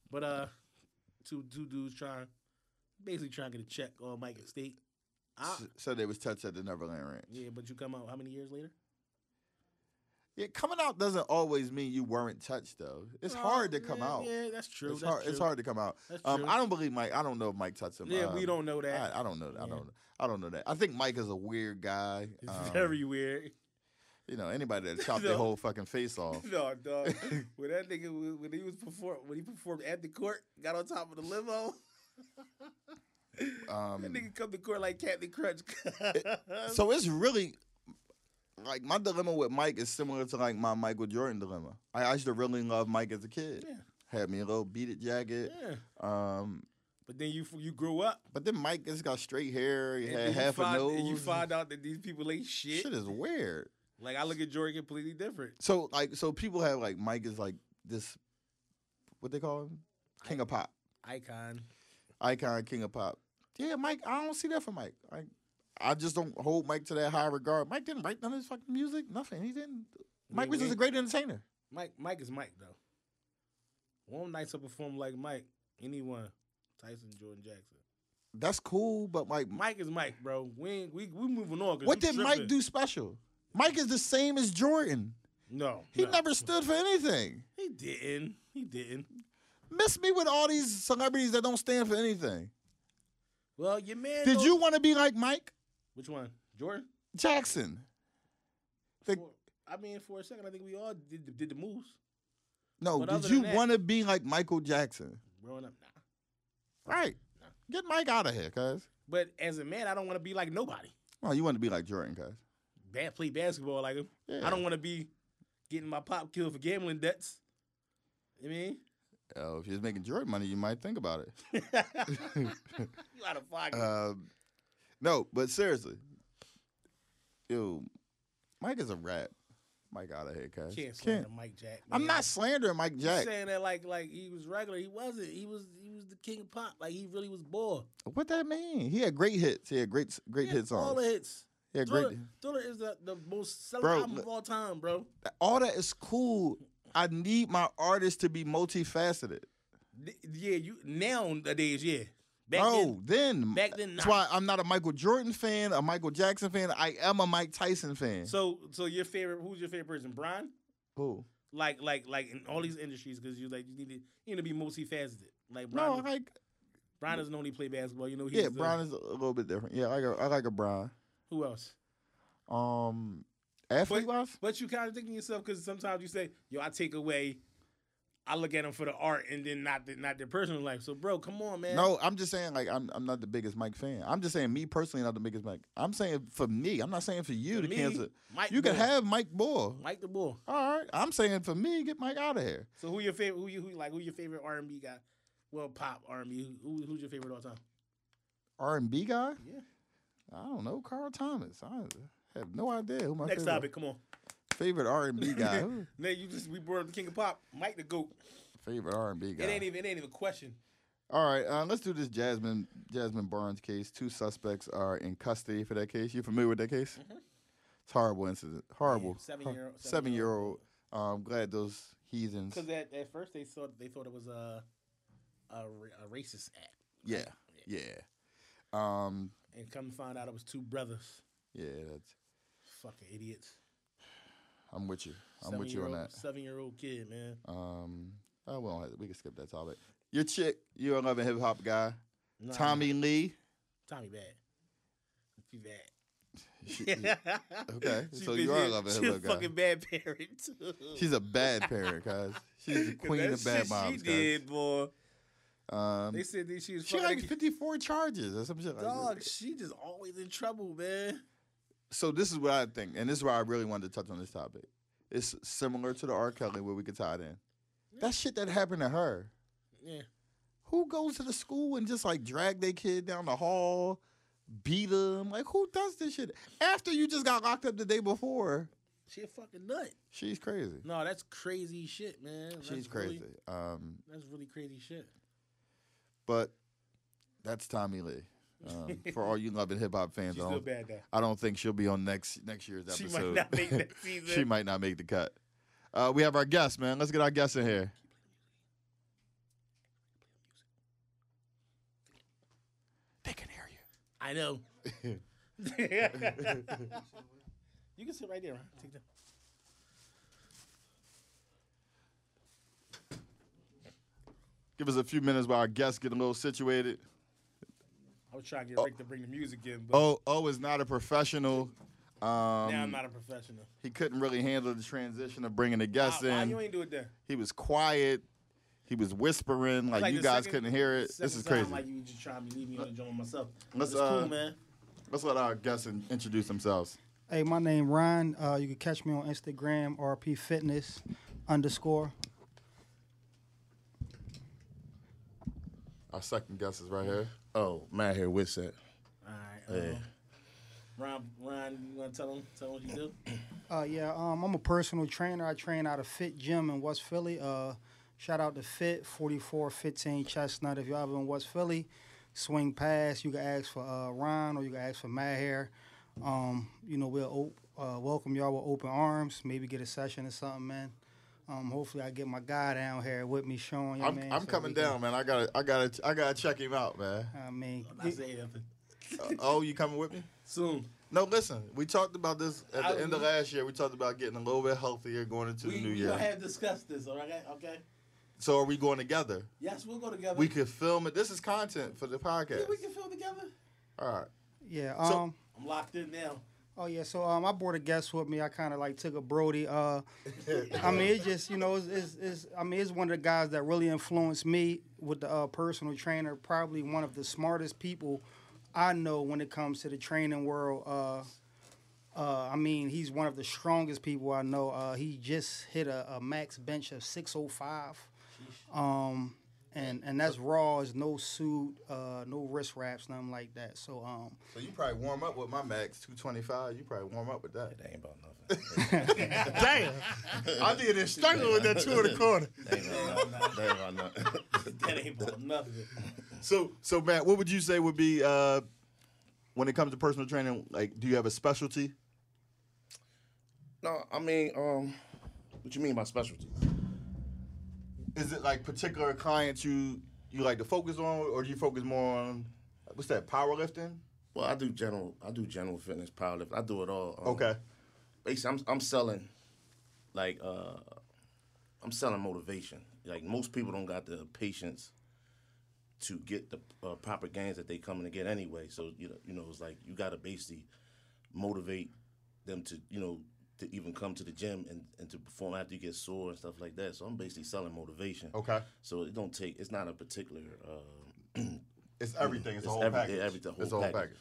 But uh, two two dudes trying, basically trying to get a check on Mike Estate. I,
S- Said they was touched at the Neverland Ranch.
yeah, but you come out how many years later?
Yeah, coming out doesn't always mean you weren't touched though. It's hard to
Oh,
come
yeah,
out.
Yeah, that's true.
it's
that's
hard.
True.
It's hard to come out.
That's
Um,
true.
I don't believe Mike. I don't know if Mike touched him.
yeah, we
Um,
don't know that.
I, I don't know. I
Yeah.
don't. I don't know that. I think Mike is a weird
*laughs*
guy.
it's
Um,
very weird.
You know, anybody
*laughs*
that chopped their
No.
whole fucking face off.
no,
*laughs*
dog. when that nigga was- when he was perform when he performed at the court, got on top of the limo. *laughs* *laughs* that
Um,
nigga come to court like Captain *laughs* Crunch.
so it's really like my dilemma with Mike is similar to like my Michael Jordan dilemma. I, I used to really love Mike as a kid.
Yeah.
Had me a little beaded jacket.
yeah.
Um,
But then you you grew up.
but then Mike just got straight hair. He
and
had
then
half
you
a
find,
nose.
And you find out that these people ain't shit.
shit is weird.
Like I look at Jordan completely different.
So like, so people have like Mike is like this. What they call him? King of pop,
Icon.
icon, king of pop. Yeah, Mike. I don't see that for Mike. Like, I just don't hold Mike to that high regard. Mike didn't write none of his fucking music. Nothing. He didn't. Mike was just a great entertainer.
Mike Mike is Mike though. One night to perform like Mike, anyone, Tyson Jordan Jackson.
That's cool, but like,
Mike is Mike, bro. We ain't, we we moving on. 'cause
what
you
did Mike
tripping.
do special? Mike is the same as Jordan.
No,
He
no.
never stood for anything.
He didn't. He didn't.
Miss me with all these celebrities that don't stand for anything.
Well, your man.
Did
don't-
you want to be like Mike
Which one, Jordan?
Jackson? The-
For- I mean, for a second, I think we all did the, did the moves
no,
But
did
other
you
than that-
want to be like Michael Jackson?
growing up. Nah.
Right. Get Mike out of here, cuz.
But as a man, I don't want to be like nobody.
Well, you want to be like Jordan, cuz.
Bad play basketball like him.
Yeah.
I don't want to be getting my pop killed for gambling debts. You mean? *laughs*
Oh, if you're making Jordan money, you might think about it.
you out of pocket.
Um, no, but seriously, yo, Mike is a rat. Mike out of here, cuz.
can't
Can't.
slander Mike Jack.
I'm
man.
not slandering Mike
You
Jack.
saying that like like he was regular. He wasn't. He was he was the king of pop. Like he really was bored.
What that mean? He had great hits. He had great, great
He had
hits
All
on.
the hits.
Yeah,
Thriller,
great.
Thriller is the, the most selling
Bro,
album
look-
of all time, bro.
All that is cool. I need my artist to be multifaceted.
Th- Yeah, you nowadays, yeah. Back
Bro, then,
back then,
that's
nah.
why I'm not a Michael Jordan fan, a Michael Jackson fan. I am a Mike Tyson fan.
then. So so your favorite who's your favorite person? Brian?
Who?
Like like like in all these industries because you like you need to you need to be multifaceted. Like Brian,
No, I like
Brian doesn't only play basketball. You know he's uh,
yeah. Brian is a little bit different. Yeah, I like a, I like a Brian.
who else?
Um, athlete wise,
But you kind of thinking yourself because sometimes you say, "Yo, I take away, I look at them for the art and then not the, not their personal life. So, bro, come on, man.
No, I'm just saying like I'm I'm not the biggest Mike fan. I'm just saying me personally not the biggest Mike. I'm saying for me. I'm not saying for you
For
to
me,
cancel.
Mike
You can
Bull.
have Mike Moore.
Mike the Bull.
All right. I'm saying for me, get Mike out of here.
So, who your favorite? Who you who like? Who your favorite R and B guy? Well, pop R and B. Who, who's your favorite all time?
R and B guy?
Yeah.
I don't know. Carl Thomas. I have no idea who my
Next
favorite,
topic. Come on.
favorite R
*laughs*
and B guy. who?
Now you just we brought up the King of Pop, Mike the Goat.
favorite R and B guy.
It ain't e- even it ain't even a question.
All right, uh, let's do this Jasmine Jasmine Barnes case. Two suspects are in custody for that case. You familiar with that case?
Mm-hmm.
It's horrible incident. Horrible.
Yeah,
*laughs*
seven-year-old-
Seven year old. I'm um, glad those heathens.
Because at, at first they thought they thought it was a a, ra- a racist act,
Yeah, yeah. Um,
and come to find out it was two brothers.
yeah. That's.
Fucking idiots.
I'm with you. I'm with you on that.
Seven year old kid, man.
Um, oh, we don't have, we can skip that topic. Your chick, you a loving hip hop guy,
Nah,
Tommy Lee.
Tommy bad. She
*laughs*
bad. *laughs*
She-
okay,
so you are loving him,
She's a
okay.
fucking bad parent.
she's a bad parent, guys.
*laughs*
She's the queen of bad moms,
She
guys.
did, boy.
Um,
They said that she was
she
fucking.
got like
that kid.
54 charges or some shit. like that.
Dog, she just always in trouble, man.
so this is what I think, and this is why I really wanted to touch on this topic. It's similar to the R. Kelly where we could tie it in. That shit that happened to her.
Yeah.
Who goes to the school and just like drag their kid down the hall, beat them? Like who does this shit after you just got locked up the day before?
She a fucking nut.
She's crazy.
No, that's crazy shit, man. Mm, That's
She's
really-
crazy. Um,
that's really crazy shit.
but that's Tommy Lee.
*laughs*
Um, for all you loving hip hop fans,
She's
I
still
don't,
bad guy.
I don't think she'll be on next next year's
She
episode.
might not
*laughs*
make that season.
she might not make the cut. Uh, we have our guest, man. Let's get our guest in here. They can hear you. *laughs*
I know. you can sit right there. Ron. Take that.
Give us a few minutes while our guests get a little situated.
I was trying to get Rick to bring the music in, but
Oh, oh is not a professional. Um,
now I'm not a professional.
he couldn't really handle the transition of bringing the
Why,
guests
why
in.
you ain't do it then?
he was quiet. He was whispering like,
Like
you
the
guys
second-
couldn't hear it. This
Second
is
time,
crazy.
Like you just trying to leave me on the joint myself.
Let's,
It's cool,
uh,
man.
Let's let our guests in- introduce themselves.
Hey, my name Ryan. Uh, you can catch me on Instagram RP Fitness underscore.
Our second guest is right here.
Oh, Matt here with set.
All right. Um, Ron, Ron, you want to tell him tell him what you do? *coughs*
Uh, yeah, um, I'm a personal trainer. I train out of Fit Gym in West Philly. Uh, shout out to Fit 4415 Chestnut. If you're ever in West Philly, swing past. You can ask for uh, Ron or you can ask for Matt here. Um, you know, we'll op- uh, welcome y'all with open arms. Maybe get a session or something, man. Um, hopefully, I get my guy down here with me, Sean.
I'm,
man,
I'm
so
coming
we can-
down, man. I gotta, I gotta, I gotta check him out, man.
I mean,
I'm not saying nothing.
Uh, oh, you coming with me?
Soon.
No, listen. We talked about this at the
I-
end of last year. We talked about getting a little bit healthier going into
We,
the new
we
year.
gonna have discussed this, all right? Okay.
so, are we going together?
Yes, we'll go together.
We could film it. This is content for the
Yeah,
podcast.
we can film together.
All right.
yeah. Um,
So-
I'm locked in now. *laughs*
Oh yeah, so um, I brought a guest with me. I kind of like took a Brody. Uh, I mean, it just you know, it's, it's, it's I mean, it's one of the guys that really influenced me with the uh, personal trainer. Probably one of the smartest people I know when it comes to the training world. Uh, uh, I mean, he's one of the strongest people I know. Uh, he just hit a, a max bench of six oh five, um, and and that's raw. Is no suit, uh, no wrist wraps, nothing like that. So um,
So you probably warm up with my max 225. You probably warm up with that.
That ain't about nothing.
Damn. I did it struggle with that two in the corner.
That ain't about nothing. That ain't about nothing. *laughs*
That ain't about nothing. *laughs*
So, so Matt, what would you say would be uh, when it comes to personal training? Like, do you have a specialty?
No, I mean, um, what you mean by specialty?
Is it like particular clients you you like to focus on, or do you focus more on what's that powerlifting?
Well, I do general. I do general fitness, powerlift. I do it all. Um,
Okay,
Basically, I'm I'm selling, like, uh, I'm selling motivation. Like most people don't got the patience to get the uh, proper gains that they coming to get anyway. So you know, you know, it's like you got to basically motivate them to you know to even come to the gym and, and to perform after you get sore and stuff like that. So I'm basically selling motivation.
Okay.
So it don't take. It's not a particular. Uh,
It's everything. It's,
It's
a whole
every-
package.
everything, whole
it's a whole
package.
package.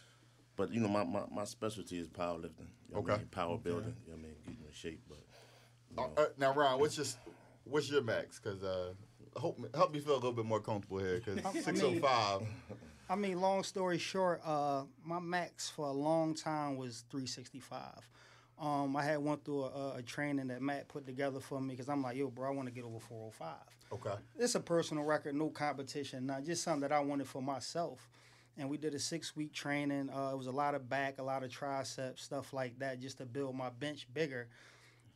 but you know, my, my, my specialty is powerlifting. You know what I
Okay.
mean? Power building. You know what I mean? Getting in shape. But
Uh, uh, now, Ron, what's your what's your max? Because uh, help me, help me feel a little bit more comfortable here. Because six oh five.
I mean, long story short, uh, my max for a long time was 365. Um, I had went through a, a- a training that Matt put together for me because I'm like, yo, bro, I want to get over 405.
Okay.
it's a personal record, no competition, not just something that I wanted for myself. And we did a six week training. Uh, it was a lot of back, a lot of triceps, stuff like that, just to build my bench bigger.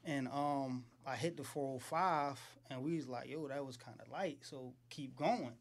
And um, I hit the 405, and we was like, yo, that was kind of light, so keep going.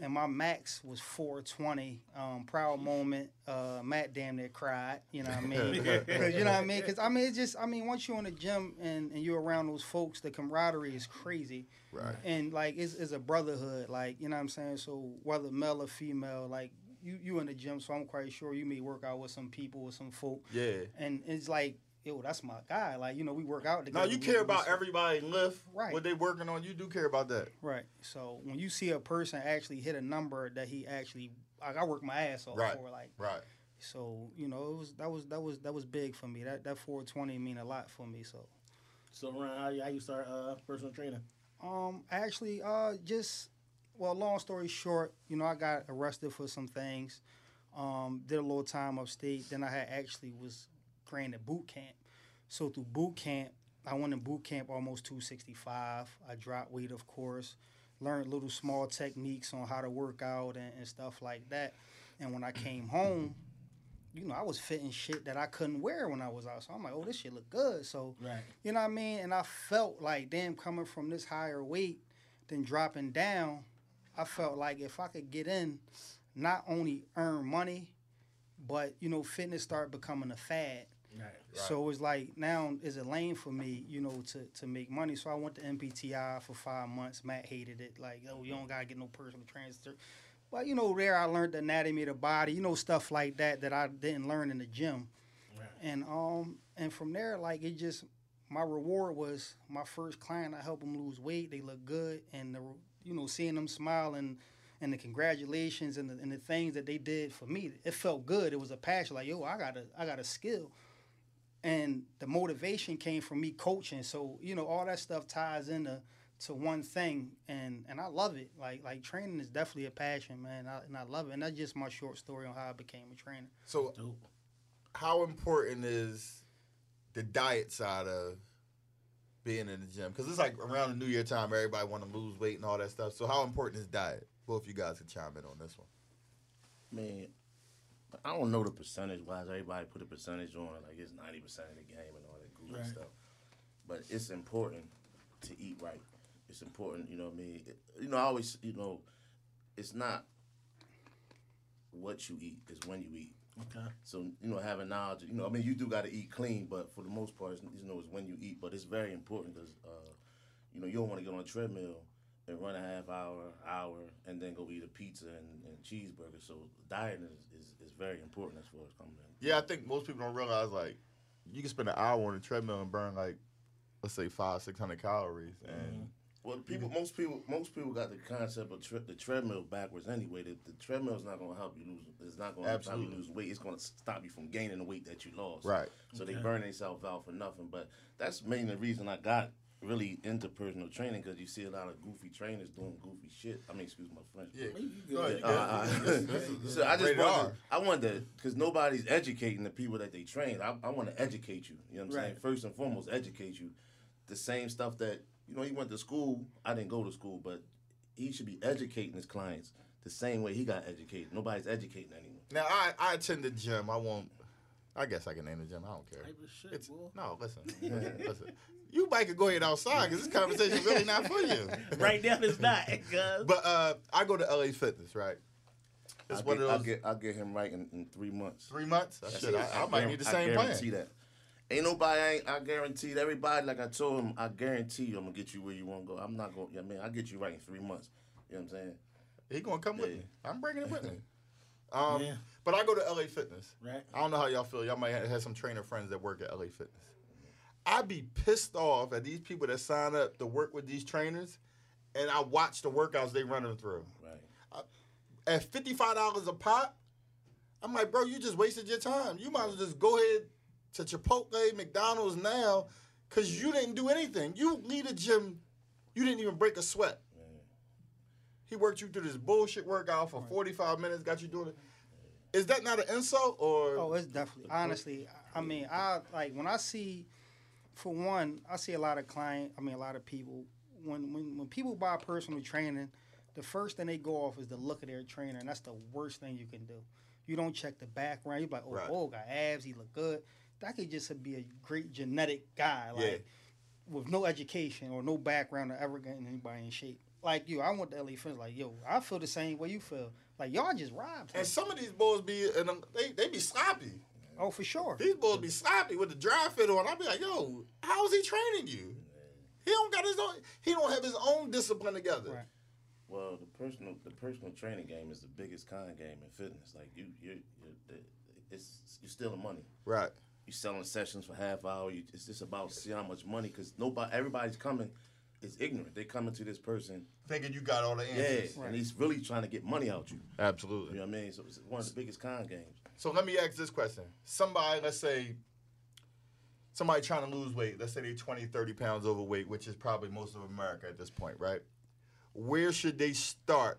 And my max was 420. Um, proud moment. Uh, Matt damn near cried. You know what I mean? *laughs* 'Cause, you know what I mean? Because I mean, it's just, I mean, once you're in the gym and, and you're around those folks, the camaraderie is crazy
Right.
and like it's, it's a brotherhood like you know what i'm saying so whether male or female like you you in the gym so i'm quite sure you may work out with some people or some folk
Yeah.
and it's like yo that's my guy like you know we work out
Now
together
you
We-
care
we-
about everybody in lift.
Right.
What they working on, you do care about that.
right so when you see a person actually hit a number that he actually like i work my ass off
Right.
for like
Right.
so you know it was that was that was that was big for me that that 420 mean a lot for me so
So, Ron, how, you- how you start uh, personal training?
Um, actually, uh, just well, long story short, you know, I got arrested for some things. Um, did a little time upstate. Then I had actually was granted boot camp. So through boot camp, I went in boot camp almost 265. I dropped weight, of course. Learned little small techniques on how to work out and, and stuff like that. And when I came home, you know, I was fitting shit that I couldn't wear when I was out. So I'm like, oh, this shit look good. So
Right.
you know what I mean? And I felt like, damn, coming from this higher weight than dropping down, I felt like if I could get in, not only earn money, but you know, fitness started becoming a fad.
Right.
So it's like now is a lane for me, you know, to, to make money. So I went to MPTI for five months. Matt hated it. Like, oh, you don't gotta get no personal transfer. But you know, there I learned the anatomy of the body, you know, stuff like that that I didn't learn in the gym.
Right.
And um and from there, like it just my reward was my first client. I helped them lose weight. They look good, and the re- you know seeing them smile and and the congratulations and the, and the things that they did for me, it felt good. It was a passion. Like yo, I got a I got a skill, and the motivation came from me coaching. So you know all that stuff ties into to one thing, and and I love it. Like like training is definitely a passion, man. I, and I love it. And that's just my short story on how I became a trainer.
So,
Dope.
how important is the diet side of being in the gym? Because it's like around the New Year time, everybody want to lose weight and all that stuff. So, how important is diet? Both of you guys can chime in on this one.
man, I don't know the percentage wise. Everybody put a percentage on it, like it's ninety percent of the game and all that goofy
Right.
stuff. But it's important to eat right. It's important, you know what I mean. It- you know, I always, you know, it's not what you eat; it's when you eat.
Okay.
So you know, having knowledge, you know, I mean, you do got to eat clean, but for the most part, it's, you know, it's when you eat. But it's very important because, uh, you know, you don't want to get on a treadmill and run a half hour, hour, and then go eat a pizza and, and cheeseburger. So diet is, is, is very important as far as coming in.
Yeah, I think most people don't realize like you can spend an hour on a treadmill and burn like let's say five, six hundred calories, and
Well, people, most people, most people got the concept of tre- the treadmill backwards anyway. The, the treadmill's not going to help you lose. It's not going to help you
Absolutely.
lose weight. It's going to stop you from gaining the weight that you lost.
Right.
So they burn themselves out for nothing. But that's mainly the reason I got really into personal training because you see a lot of goofy trainers doing goofy shit. I mean, excuse my French. but-
No, you
*laughs* uh, *laughs*
good.
*laughs*
uh, so I just
Rated
wanted,
R.
I wanted to, because nobody's educating the people that they train. I, I want to educate you. You know what I'm saying?
Right.
First and foremost, educate you. The same stuff that you know he went to school. I didn't go to school, but he should be educating his clients the same way he got educated. Nobody's educating anyone.
Now I I attend the gym. I won't. I guess I can name the gym. I don't care.
Type of shit,
It's,
boy.
no, listen, *laughs* listen, listen. You might could go ahead outside because this conversation really not for you.
right now, it's not. *laughs* Cause
But uh, I go to LA Fitness, right? It's
I'll
one
get,
of
I'll
those
get I'll get him right in, in three months.
three months.
That's
Shit,
it.
I, I might
guar-
need the
I
same plan.
guarantee that. Ain't nobody. I, ain't, I guaranteed everybody. Like I told him, I guarantee you, I'm gonna get you where you want to go. I'm not gonna. I mean, I'll get you right in three months. You know what I'm saying?
He gonna come with
Yeah.
me. I'm bringing it with
*laughs*
me. Um,
Yeah.
But I go to LA Fitness.
Right.
I don't know how y'all feel. Y'all might have some trainer friends that work at LA Fitness. I be pissed off at these people that sign up to work with these trainers, and I watch the workouts they running through.
Right.
At fifty five dollars a pop, I'm like, bro, you just wasted your time. You might as well just go ahead to Chipotle, McDonald's now, cause you didn't do anything. You leave the gym, you didn't even break a sweat. He worked you through this bullshit workout for forty five minutes, got you doing it. Is that not an insult or?
Oh, it's definitely. Honestly, I I mean, I like when I see, for one, I see a lot of client. I mean, a lot of people. When when when people buy personal training, the first thing they go off is the look of their trainer, and that's the worst thing you can do. You don't check the background. You're like, oh,
Right.
oh, got abs. He look good. That could just be a great genetic guy, like
Yeah.
with no education or no background of ever getting anybody in shape. Like you, I went to LA Fitness. Like yo, I feel the same way you feel. Like y'all just robbed. him.
And some of these boys be and um, they they be sloppy.
Oh, for sure.
These boys be sloppy with the dry fit on. I'll be like, yo, how is he training you? He don't got his own. He don't have his own discipline together.
Right.
Well, the personal the personal training game is the biggest con game in fitness. Like you you you it's you're stealing money.
Right.
You selling sessions for half hour. You, it's just about see how much money because nobody everybody's coming is ignorant. They coming to this person,
Thinking you got all the
yeah,
answers.
and he's really trying to get money out you. You
Absolutely.
know what I mean? So it's one of the biggest con games.
So let me ask this question. Somebody, let's say, somebody trying to lose weight, let's say they're 20, 30 pounds overweight, which is probably most of America at this point, right? Where should they start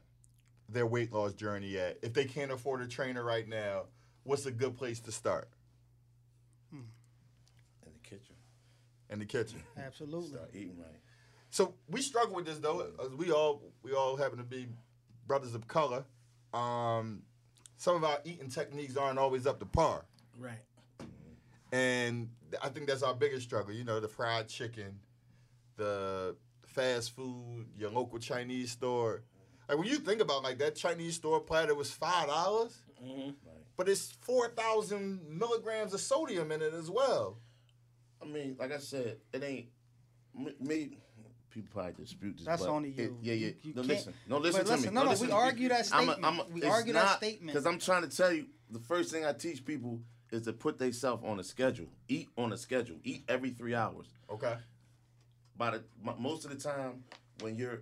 their weight loss journey at? If they can't afford a trainer right now, what's a good place to start?
In the kitchen,
In the kitchen.
Absolutely.
start eating right.
So we struggle with this though. as we all we all happen to be brothers of color. Um, some of our eating techniques aren't always up to par,
Right.
and th- I think that's our biggest struggle. You know, the fried chicken, the fast food, your local Chinese store. Like when you think about like that Chinese store platter was five dollars,
Right.
but it's four thousand milligrams of sodium in it as well.
I mean, like I said, it ain't me. me people probably dispute this.
That's
but
only
it-
you.
yeah, yeah.
You- you
no,
can't-
listen. No,
but
listen to
listen,
me.
no, no, we
listen to
argue that statement. We argue that statement.
Because I'm trying to tell you, the first thing I teach people is to put themselves on a schedule. Eat on a schedule. Eat every three hours.
Okay.
By the m- most of the time, when you're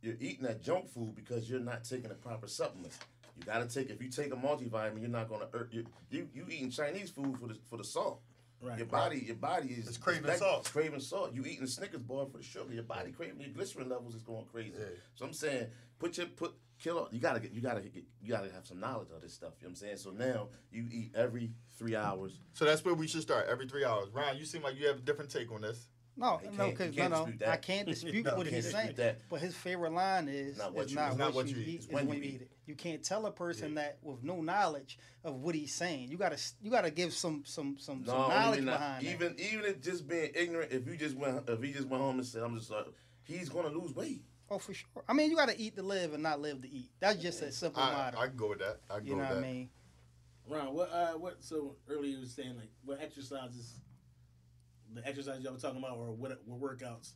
you're eating that junk food because you're not taking the proper supplements. You gotta take. If you take a multivitamin, you're not gonna. hurt- You you, you eating Chinese food for the for the salt.
Right.
Your body, your body is
It's craving
like-
salt.
it's craving salt. You eating a Snickers bar for the sugar. Your body craving your glycerin levels is going crazy. So I'm saying, put your put kill. all- You gotta get. You gotta get. You gotta have some knowledge of this stuff. You know what I'm saying. So now you eat every three hours.
So that's where we should start every three hours. Ryan, you seem like you have a different take on this.
No,
You
no,
can't- you
because no,
can't
no,
dispute that.
I
*laughs*
can't dispute
No,
what
can't
he's
dispute
saying.
that.
But his favorite line is,
Not what
"It's
you-
not,
it's
not
what you eat, it's when you eat it." You can't tell a person that with no knowledge of what he's saying. You gotta, you gotta give some, some, some, some
No, I
knowledge
mean, uh,
behind it.
even even if just being ignorant. If you just went, if he just went home and said, "I'm just," uh, he's gonna lose weight.
Oh, for sure. I mean, you gotta eat to live and not live to eat. That's just a simple
I,
motto.
I can go with that. I can
you
go
know
with
what I
that.
mean?
Ron, what uh, what? So earlier you were saying like what exercises, the exercises y'all were talking about, or what, what workouts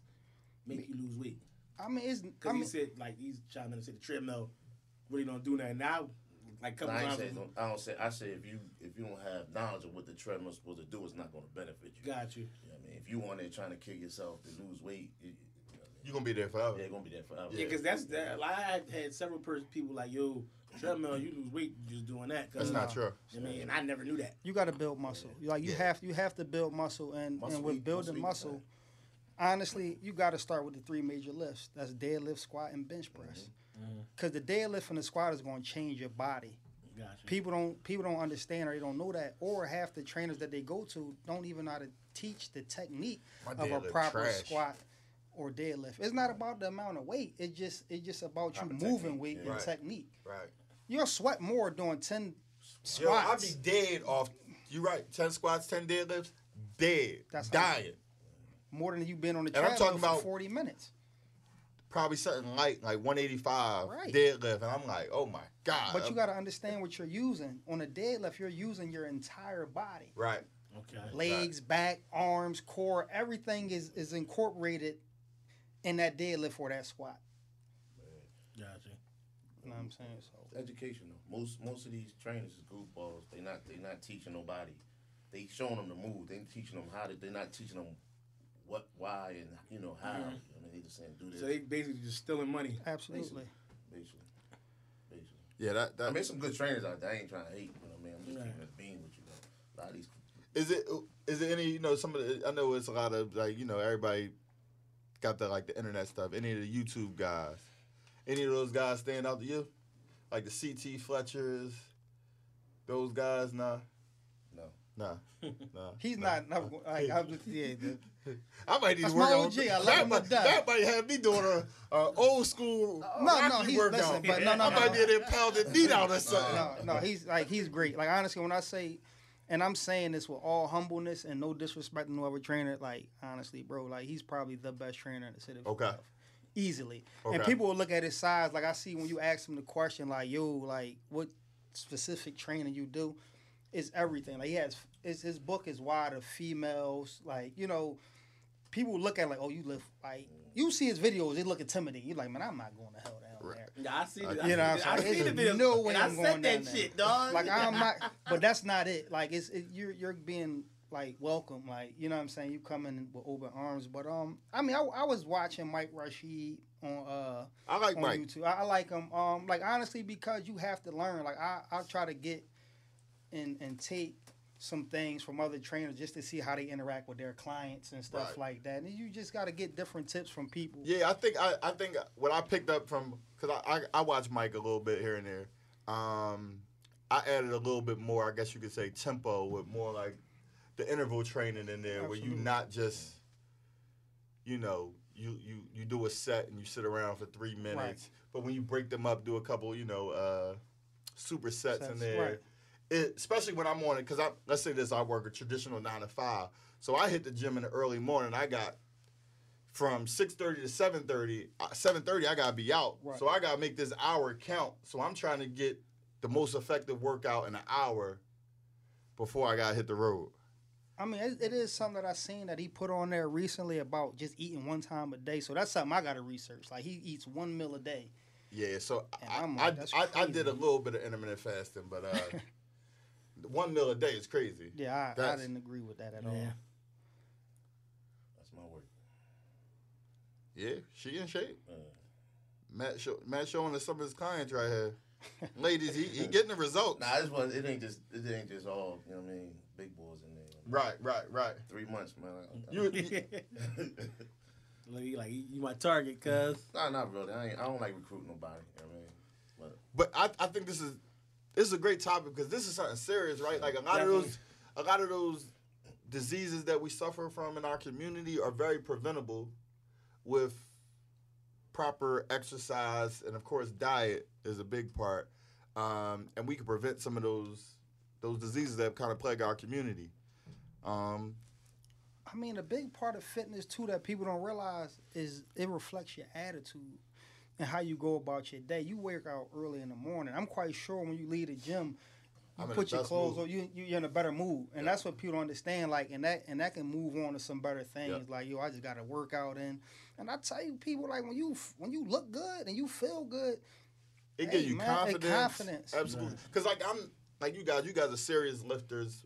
make you lose weight?
I mean, it's. I
Because
mean,
he said like he's trying to say the treadmill really don't do nothing. Now, like a couple
I, ain't
times,
say, don't- I don't say. I say if you if you don't have knowledge of what the treadmill's supposed to do, it's not gonna benefit you.
got you.
You know what I mean, if you on there trying to kill yourself to lose weight, you, you know what I mean?
You're gonna be there forever.
they're gonna be there forever.
Yeah, because that's that. Like, I had several person people like yo, treadmill, you lose weight just doing that. 'cause-
That's not true.
I mean, and I never knew that.
you got to build muscle. You- Like you have you have to build muscle, and
Muscle
and with
week,
building
muscle
muscle,
week,
honestly, you got to start with the three major lifts. That's deadlift, squat, and bench press.
Mm-hmm.
Because the deadlift and the squat is going to change your body.
Got you.
People don't people don't understand or they don't know that, or half the trainers that they go to don't even know how to teach the technique
My
of a
deadlift
proper
trash.
squat or deadlift. It's not about the amount of weight. It just it's just about you
Proper
moving
technique,
weight
yeah.
and
Right.
technique.
Right.
You'll sweat more doing ten squats.
Yo, I'd be dead off. You right? Ten squats, ten deadlifts, dead,
That's
dying.
more than you've been on the
And I'm
treadmill
talking
for
about-
40 minutes.
Probably something light, like 185
Right.
deadlift, and I'm like, oh my god.
But you got to understand what you're using. On a deadlift, you're using your entire body.
right.
Okay.
Legs, back, arms, core, everything is, is incorporated in that deadlift or that squat.
Got you.
You know what I'm saying? So
It's educational. Most most of these trainers is goofballs. They not they not teaching nobody. They showing them to move. They teaching them how to. They not teaching them what, why, and you know how. I mean, they just saying do this.
Mm-hmm. So they basically just stealing money.
Absolutely.
basically, basically.
Yeah, that
I
that
mean, some good trainers out there. I ain't trying to hate. You know what I mean? I'm just
Right.
keeping it being with you. Though. A lot of these.
is it. Is it any you know some of the, I know it's a lot of like you know everybody got the like the internet stuff. Any of the YouTube guys, any of those guys stand out to you, like the CT Fletchers, those guys. Nah,
No.
*laughs*
nah, nah.
He's
nah.
not. Never, like, I'm
*laughs*
just, yeah, the-
I might need
That's
to work
my
on
OG. I love
that.
him to
Might,
die.
that might have me doing a, a old school
no,
Rocky
he's-
workout.
listen, but no, no,
I
no.
might be there pounding meat out or something.
no, no, he's like he's great. Like honestly, when I say, and I'm saying this with all humbleness and no disrespect to no other trainer. Like honestly, bro, like he's probably the best trainer in the city. Of
Okay.
Philadelphia. Easily, and
Okay.
people will look at his size. Like I see when you ask him the question, like yo, like what specific training you do, it's everything. Like he has, his, his book is wide of females. Like you know, people look at like oh you live like you see his videos, they look intimidating. You're like man, I'm not going to hell down there.
Yeah, I see
You
that.
Uh, You know
I,
what I'm saying?
see
There's
the video.
no way
and
I'm
I
going
said
down
that
there.
shit, dog.
Like
*laughs*
I'm not, but that's not it. Like it's it, you're you're being like welcome. Like you know what I'm saying. You coming with open arms. But um, I mean, I, I was watching Mike Rashid on uh
I like
on
Mike.
YouTube. I, I like him. Um, like honestly, because you have to learn. Like I I try to get and and take some things from other trainers just to see how they interact with their clients and stuff
Right.
like that. And you just got to get different tips from people.
Yeah, I think I, I think what I picked up from because I, I I watch Mike a little bit here and there. Um, I added a little bit more, I guess you could say, tempo with more like the interval training in there, where you
Absolutely.
not just, you know, you you you do a set and you sit around for three minutes, but when you break them up, do a couple, you know, uh, super sets, in
Sets,
there.
right.
It, especially when I'm on it, because I let's say this, I work a traditional nine to five, so I hit the gym in the early morning. I got from 6.30 to 7.30 uh, 7.30 i gotta be out
Right.
so i gotta make this hour count so i'm trying to get the most effective workout in an hour before i gotta hit the road
I mean, it, it is something that I seen that he put on there recently about just eating one time a day. So that's something I got to research. Like he eats one meal a day.
yeah so
And
I,
I'm
I,
like, that's
I, I did
crazy.
a little bit of intermittent fasting but
*laughs*
uh, one meal a day is crazy
Yeah, I, I
That's-
didn't agree with that at all.
Yeah.
That's my work.
yeah she in shape
Uh,
matt, show, matt showing us some of his clients right
*laughs*
here ladies he, he getting the results
nah, this was. It ain't just. It ain't just all. You know what I mean? Big boys in there.
right right right
Three months, man. I- I-
you, you
like, you- like you my target, *laughs* cuz.
*laughs* nah, not really. I, ain't, I don't like recruiting nobody. You know what I mean? But
But I, I think this is this is a great topic because this is something serious, right? Like a lot of those a lot of those diseases that we suffer from in our community are very preventable with proper exercise and of course diet is a big part. Um, and we can prevent some of those those diseases that kind of plague our community. Um,
I mean, a big part of fitness too that people don't realize is it reflects your attitude and how you go about your day. You work out early in the morning. I'm quite sure when you leave the gym, you
I'm in
put
the
your
best
clothes
mood.
on. You you- you're in a better mood, and that's what people don't understand. Like, and that and that can move on to some better things. Like, yo, I just got to work out in. And I tell you, people, like when you when you look good and you feel good,
It
Hey,
gives you
man, hey,
confidence.
confidence.
Absolutely. Because like I'm like you guys, you guys are serious lifters.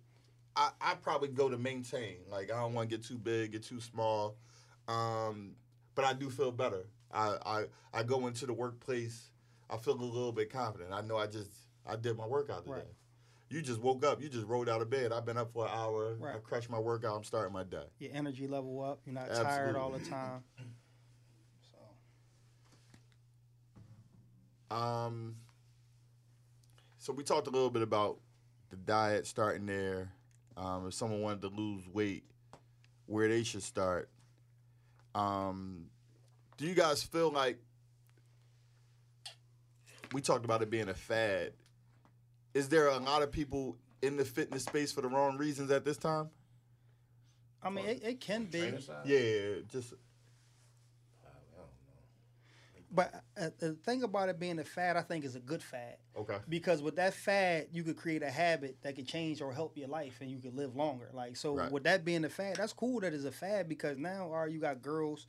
I, I probably go to maintain. Like I don't want to get too big, get too small. Um, but I do feel better. I, I I go into the workplace, I feel a little bit confident. I know I just I did my workout today.
Right.
You just woke up, you just rolled out of bed. I've been up for an hour. I
Right.
crushed my workout, I'm starting my day.
your energy level up. You're not tired all the time. So
Um, so we talked a little bit about the diet starting there. Um, if someone wanted to lose weight, where they should start. Um, do you guys feel like we talked about it being a fad? Is there a lot of people in the fitness space for the wrong reasons at this time?
I mean, it, it can be,
trainer side?
Yeah, just
I, I don't know.
but uh, the thing about it being a fad, I think, is a good fad
okay.
because with that fad, you could create a habit that could change or help your life, and you could live longer. Like so,
Right.
with that being a fad, that's cool that it's a fad because now, are you got girls,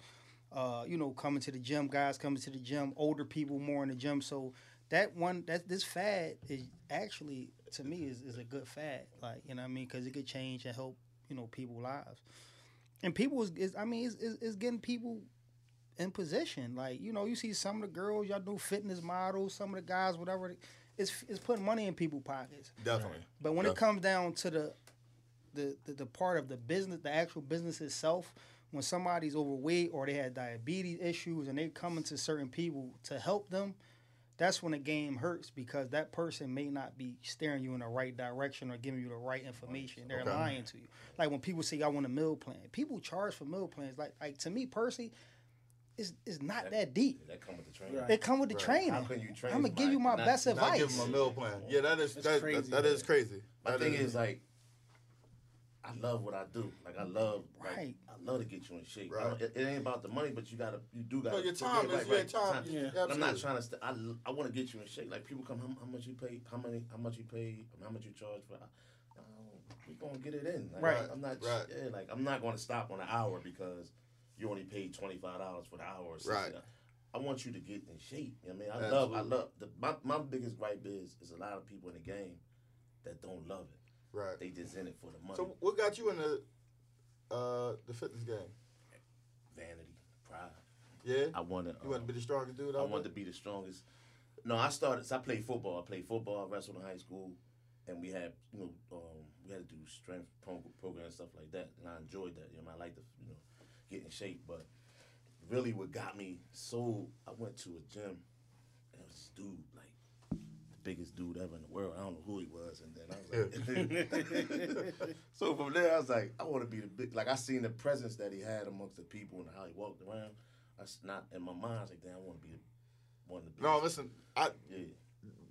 uh, you know, coming to the gym, guys coming to the gym, older people more in the gym, so. That one, that this fad is actually to me is, is a good fad. Like you know, what I mean, because it could change and help you know people lives. and people is, is I mean, it's, it's, it's getting people in position. Like you know, you see some of the girls y'all do fitness models, some of the guys, whatever. It's it's putting money in people's pockets.
Definitely.
But when it comes down to the, the the the part of the business, the actual business itself, when somebody's overweight or they had diabetes issues and they coming to certain people to help them, that's when the game hurts because that person may not be steering you in the right direction or giving you the right information. They're lying to you. Like when people say I want a meal plan, people charge for meal plans. Like like to me, Percy, it's it's not that deep.
That come with the training.
It come with the training.
How can you train
I'm gonna give you my
somebody
best
Not
advice.
give him a meal plan. Yeah, that is that,
crazy,
that, that is
man.
crazy.
My
That
thing is like, I love what I do. Like I love, like,
Right.
I love to get you in shape.
Right.
I don't- It, it ain't about the money, but you gotta, you do gotta.
Well, your
yeah,
time is- your time, yeah,
And I'm not
absolutely.
trying to. St- I, l- I want to get you in shape. Like people come, how, how much you pay? How many? How much you pay? How much you charge for? I- oh, We gonna get it in. Like,
Right.
I, am not.
Right.
Yeah, like I'm not gonna stop on an hour because you only paid twenty five dollars for the hour. Or something.
Right.
I want you to get in shape. You know what I mean, I love, I
Absolutely.
love. The, my my biggest gripe is is a lot of people in the game that don't love it.
right.
They just in it for the money.
So what got you in the uh, the fitness game?
Vanity, pride.
Yeah,
I wanna. um,
you want to be the strongest dude.
I
out
wanted to be the strongest. No, I started. So I played football. I played football. I wrestled in high school, and we had you know um, we had to do strength pro- program and stuff like that. And I enjoyed that. You know, I like to you know get in shape. But really, what got me so I went to a gym, and it was this dude like the biggest dude ever in the world. I don't know who he was, and then I was like. *laughs* so from there, I was like, I want to be the big. Like I seen the presence that he had amongst the people and how he walked around. I s not in my mind. I was like, damn, I want to be the one of the.
there? No,
biggest."
listen. I
Yeah.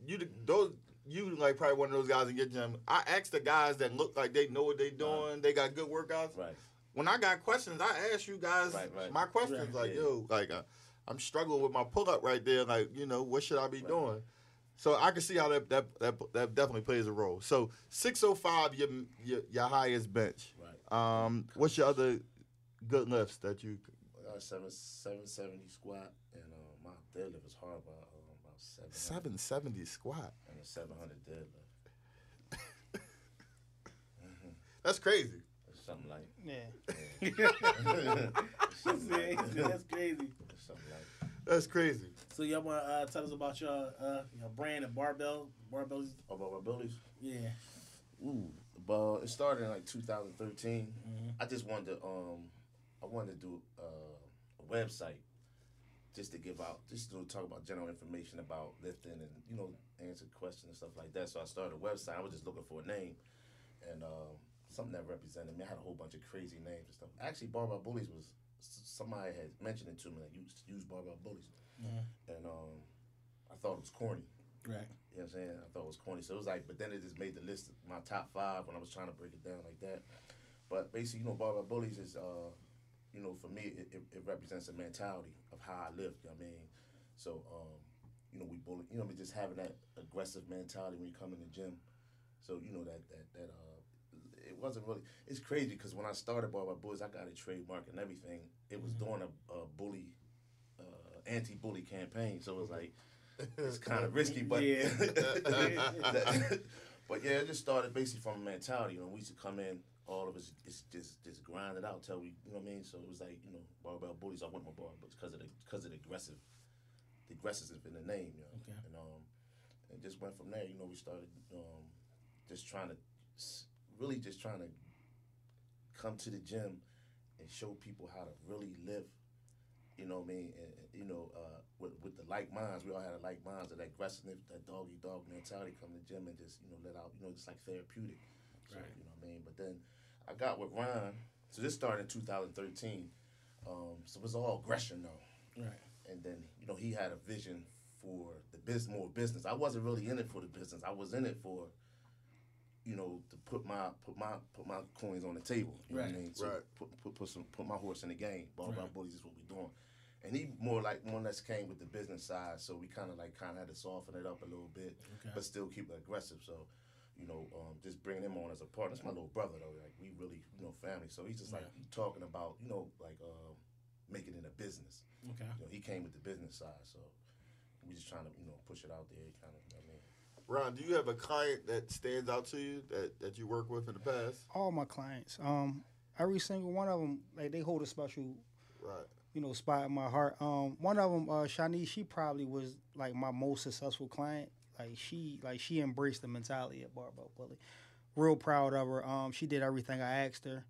you the- those you like probably one of those guys in your gym. I asked the guys that look like they know what they doing. They got good workouts.
Right.
When I got questions, I asked you guys
Right, right.
my questions.
Right.
like
Yeah.
yo, like uh, I'm struggling with my pull up right there. Like you know, what should I be doing? So I can see how that that, that that definitely plays a role. So 605 your your, your highest bench.
Right.
Um, what's your other good lifts that you?
I got Uh, seven seven seventy squat and uh, my deadlift is hard by uh, about seven.
770 squat.
And a seven hundred deadlift.
That's crazy.
Or something like.
yeah.
something like.
That's crazy.
*laughs* something like.
That's crazy.
So y'all want to uh, tell us about your uh, your brand of barbell barbells?
Oh, about my abilities.
Yeah.
Ooh, but it started in like 2013. I just wanted to um, I wanted to do uh, a website just to give out, just to talk about general information about lifting and you know answer questions and stuff like that. So I started a website. I was just looking for a name and um, something that represented me. I had a whole bunch of crazy names and stuff. Actually, Barbell Bullies was s- somebody had mentioned it to me. Like, you used to use Barbell Bullies, and um, I thought it was corny.
Right.
You know what I'm saying? I thought it was corny. So it was like, but then it just made the list of my top five when I was trying to break it down like that. But basically, you know, Barbell Bullies is, uh, you know, for me, it, it, it represents a mentality of how I live. You know what I mean? So, um, you know, we bully, you know, but just having that aggressive mentality when you come in the gym. So, you know, that, that, that, uh, it wasn't really, it's crazy because when I started Barbell Bullies, I got a trademark and everything. It
Mm-hmm.
was during a, a bully, uh, anti bully campaign. So it was like, it's kind of risky, but
Yeah.
that- *laughs* but yeah, it just started basically from a mentality. You know, we used to come in, all of us it's just just grind it out till we, you know what I mean. So it was like you know barbell bullies. I went with barbell because of the because of the aggressive, the aggressive in the name. You know,
Okay.
and um, and just went from there. You know, we started um, just trying to, s- really just trying to come to the gym and show people how to really live. You know what I mean? And, and, you know, uh, with, with the like minds, we all had a like minds, that aggressiveness, that dog eat dog mentality. Come to the gym and just you know let out. You know, just like therapeutic. So,
Right.
You know what I mean? But then I got with Ron. So this started in 2013. Um, so it was all aggression though
Right.
and then you know he had a vision for the business more business i wasn't really in it for the business i was in it for you know to put my put my put my coins on the table you know what i
Right.
mean So
Right.
put, put put some put my horse in the game ball by bullies is what we're doing and he more like more or less came with the business side so we kind of like kind of had to soften it up a little bit
Okay.
but still keep it aggressive so you know, um, just bringing him on as a partner. It's my little brother though. Like we really, you know, family. So he's just like talking about, you know, like um, making it a business
*laughs* Okay.
you know, he came with the business side, so we just trying to, you know, push it out there, kind of. You know what I mean,
Ron, do you have a client that stands out to you that, that you work with in the past?
all my clients. Um, every single one of them, like they hold a special
Right.
you know, spot in my heart. Um, one of them, uh, Shanice, she probably was like my most successful client. Like she, like she embraced the mentality of Barbell Bully. Real proud of her. Um, she did everything I asked her,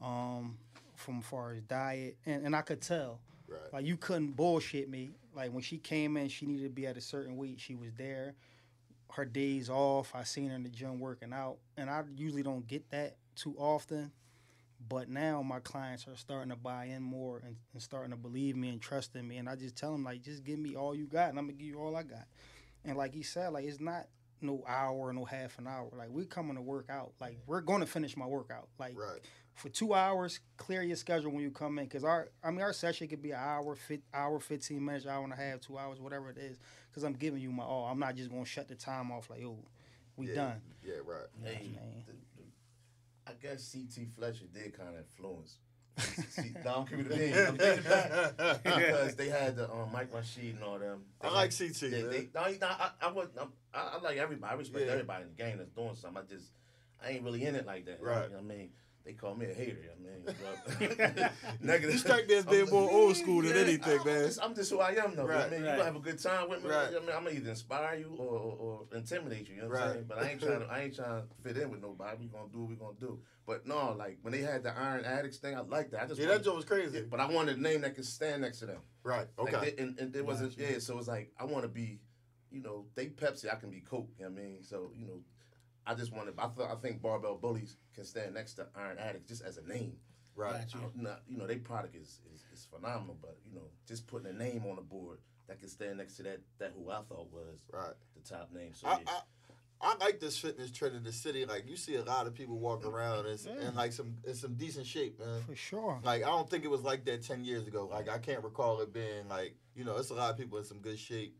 um, from far as diet, and, and I could tell.
Right.
Like you couldn't bullshit me. Like when she came in, she needed to be at a certain weight. She was there. Her days off, I seen her in the gym working out, and I usually don't get that too often. But now my clients are starting to buy in more and, and starting to believe me and trust in me. And I just tell them like, just give me all you got, and I'm gonna give you all I got. And like he said, like it's not no hour, no half an hour. Like we're coming to work out. Like we're going to finish my workout. Like
Right.
for two hours. Clear your schedule when you come in, because our I mean our session could be an hour, fit, hour fifteen minutes, hour and a half, two hours, whatever it is. Because I'm giving you my all. I'm not just gonna shut the time off like, oh, we
Yeah,
done.
Yeah. Right.
Hey,
man.
the, the, I guess C.T. Fletcher did kind of influence. See, now I'm keeping it a bean. I'm thinking
*laughs*
back because they had the um, Mike Rashid and all them. They
I like
had-
CT,
They,
man.
they, no, he- no, I, I, wasn't- I'm- I, I like everybody. I respect
Yeah.
everybody in the game that's doing something. I just, I ain't really in it like that.
Right.
You know what I mean, they call me a hater. I mean, but- *laughs* negative.
*laughs* You strike me as
I'm
being
just-
more old school than
Yeah,
anything,
I'm
man.
Just, I'm just who I am, though.
Right.
I mean,
Right.
you gonna have a good time with me.
Right.
I mean, I'm gonna either inspire you or, or, or intimidate you. You know what
Right.
I'm saying? But I ain't
*laughs*
trying. To, I ain't trying to fit in with nobody. We gonna do what we gonna do. But no, like when they had the Iron Addicts thing, I liked that. I just
Yeah,
wanted-
that joke was
yeah,
crazy.
but I wanted a name that could stand next to them.
Right.
Like,
Okay.
they- and, and it wasn't. Yeah. So it's like I want to be, you know, they Pepsi. I can be Coke. You know what I mean, so you know, I just wanted. I thought I think barbell bullies can stand next to Iron Addicts just as a name.
Right.
I don't- Not, you know, they product is, is is phenomenal, but you know, just putting a name on the board that can stand next to that that who I thought was
Right.
the top name. So
I,
yeah.
I, I like this fitness trend in the city. Like you see a lot of people walking around in, in like some in some decent shape, man.
For sure.
Like I don't think it was like that ten years ago. Like I can't recall it being like you know it's a lot of people in some good shape.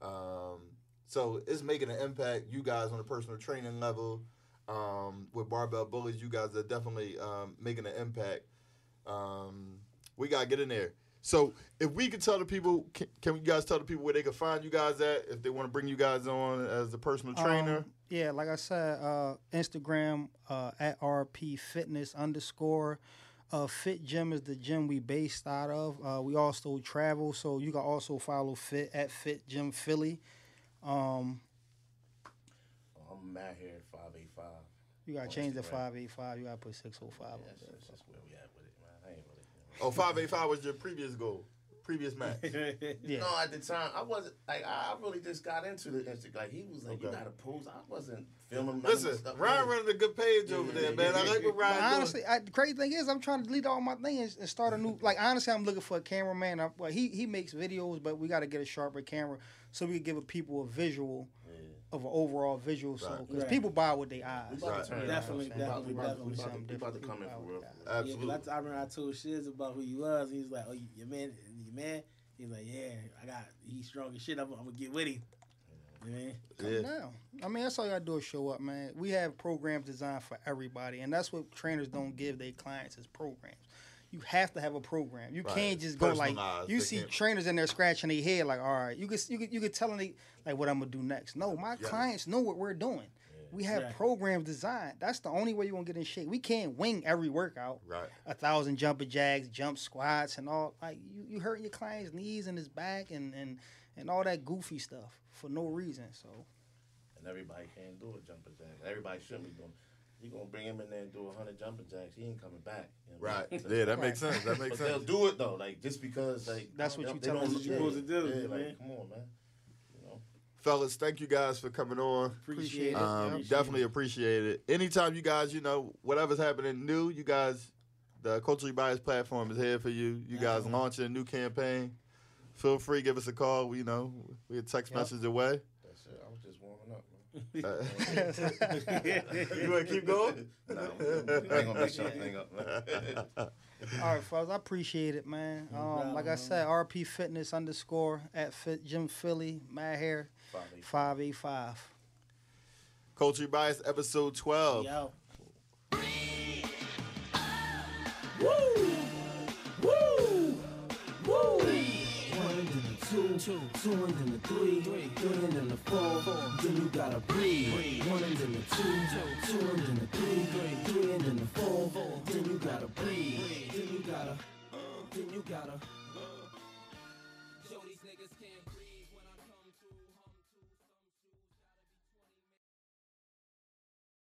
Um, so it's making an impact. You guys on a personal training level um, with barbell bullies, you guys are definitely um, making an impact. Um, we gotta get in there. So if we could tell the people, can, can you guys tell the people where they can find you guys at if they want to bring you guys on as a personal trainer?
Um, yeah, like I said, uh, Instagram uh, at RP Fitness underscore. Uh, Fit Gym is the gym we based out of. Uh, we also travel, so you can also follow Fit at Fit Gym Philly. Um,
I'm out here five eight five.
you gotta
On
change the
Instagram.
five eight five. You gotta put six oh five.
That's, that's just where we at with it, man. I ain't really.
Oh, 585 was your previous goal, previous match.
Yeah.
No, at the time I wasn't like I I really just got into the Instagram. Like he was like, you
Okay.
gotta post. I wasn't filming. none of the
Listen,
stuff,
Ryan
man.
running a good page over
Yeah,
there,
yeah,
man. I
yeah,
like what
yeah.
Ryan
But
doing.
honestly, I, the crazy thing is, I'm trying to delete all my things and start a new. Like honestly, I'm looking for a cameraman. I, well, he he makes videos, but we got to get a sharper camera so we can give people a visual of an overall visual. So because
Right.
people buy with their
We
eyes.
about
Right.
to turn it
Definitely,
around. We about- we about-
definitely,
we about to-
definitely
We about to
something
come in for
different.
real.
Yeah.
Yeah,
Absolutely.
'cause I, I remember I told Shiz about who you was. He was like, "Oh, you- your man, your man." He's like, "Yeah, I got. He's strong as shit. I'm, I'm gonna get with him." You know what I mean?
yeah.
No, I mean that's all you gotta do is show up, man. We have programs designed for everybody, and that's what trainers don't give their clients is programs. You have to have a program. You
Right.
can't just go like
Personalized.
you
They
see
can't-
trainers in there scratching their head, like all right, you could you could you could tell them they, like what I'm gonna do next. No, my
Yeah.
clients know what we're doing. We have
Exactly.
programs designed. That's the only way you're gonna get in shape. We can't wing every workout.
*laughs*
Right.
A thousand jumper jacks, jump squats, and all like you, you hurting your client's knees and his back and and and all that goofy stuff for no reason. So
and everybody can't do a jumper jack. Everybody shouldn't be doing. You gonna bring him in there and do hundred jumper jacks? He ain't coming back. you know what I
Right.
*laughs* mean? So-
Yeah, that makes sense. That
But
makes
they'll
sense.
do it though, like just because like
That's
they
what you
don't- they
tell
don't
us
look
you're
good.
supposed to do,
Yeah,
man.
like come on, man. You know,
Fellas, thank you guys for coming on.
Appreciate it.
Um,
Appreciate
definitely
it.
appreciate it. Anytime you guys, you know, whatever's happening new, you guys, the Culturally Biased platform is here for you. You guys launching a new campaign. Feel free, give us a call. We, you know, we a text message
*laughs*
away.
that's it. I was just
*laughs*
warming up. Man.
Uh,
you
wanna keep going?
*laughs* nah, I ain't gonna mess your thing up. Man.
*laughs*
All right, fellas, I appreciate it, man. Um,
problem,
like I said, RP Fitness underscore at Fit Jim Philly, Mad Hair,
Probably.
five eight five.
Culturally Biased, episode 12.
Yo.
Woo! Woo! Woo! One and two, two, two and then the three, three, three and then the four, four. Then you gotta breathe. One and then the two, two, two and then the three, three, three and then the four, four. Then you gotta breathe. Then you gotta, uh, then you gotta. Uh. Yo, these niggas can't breathe.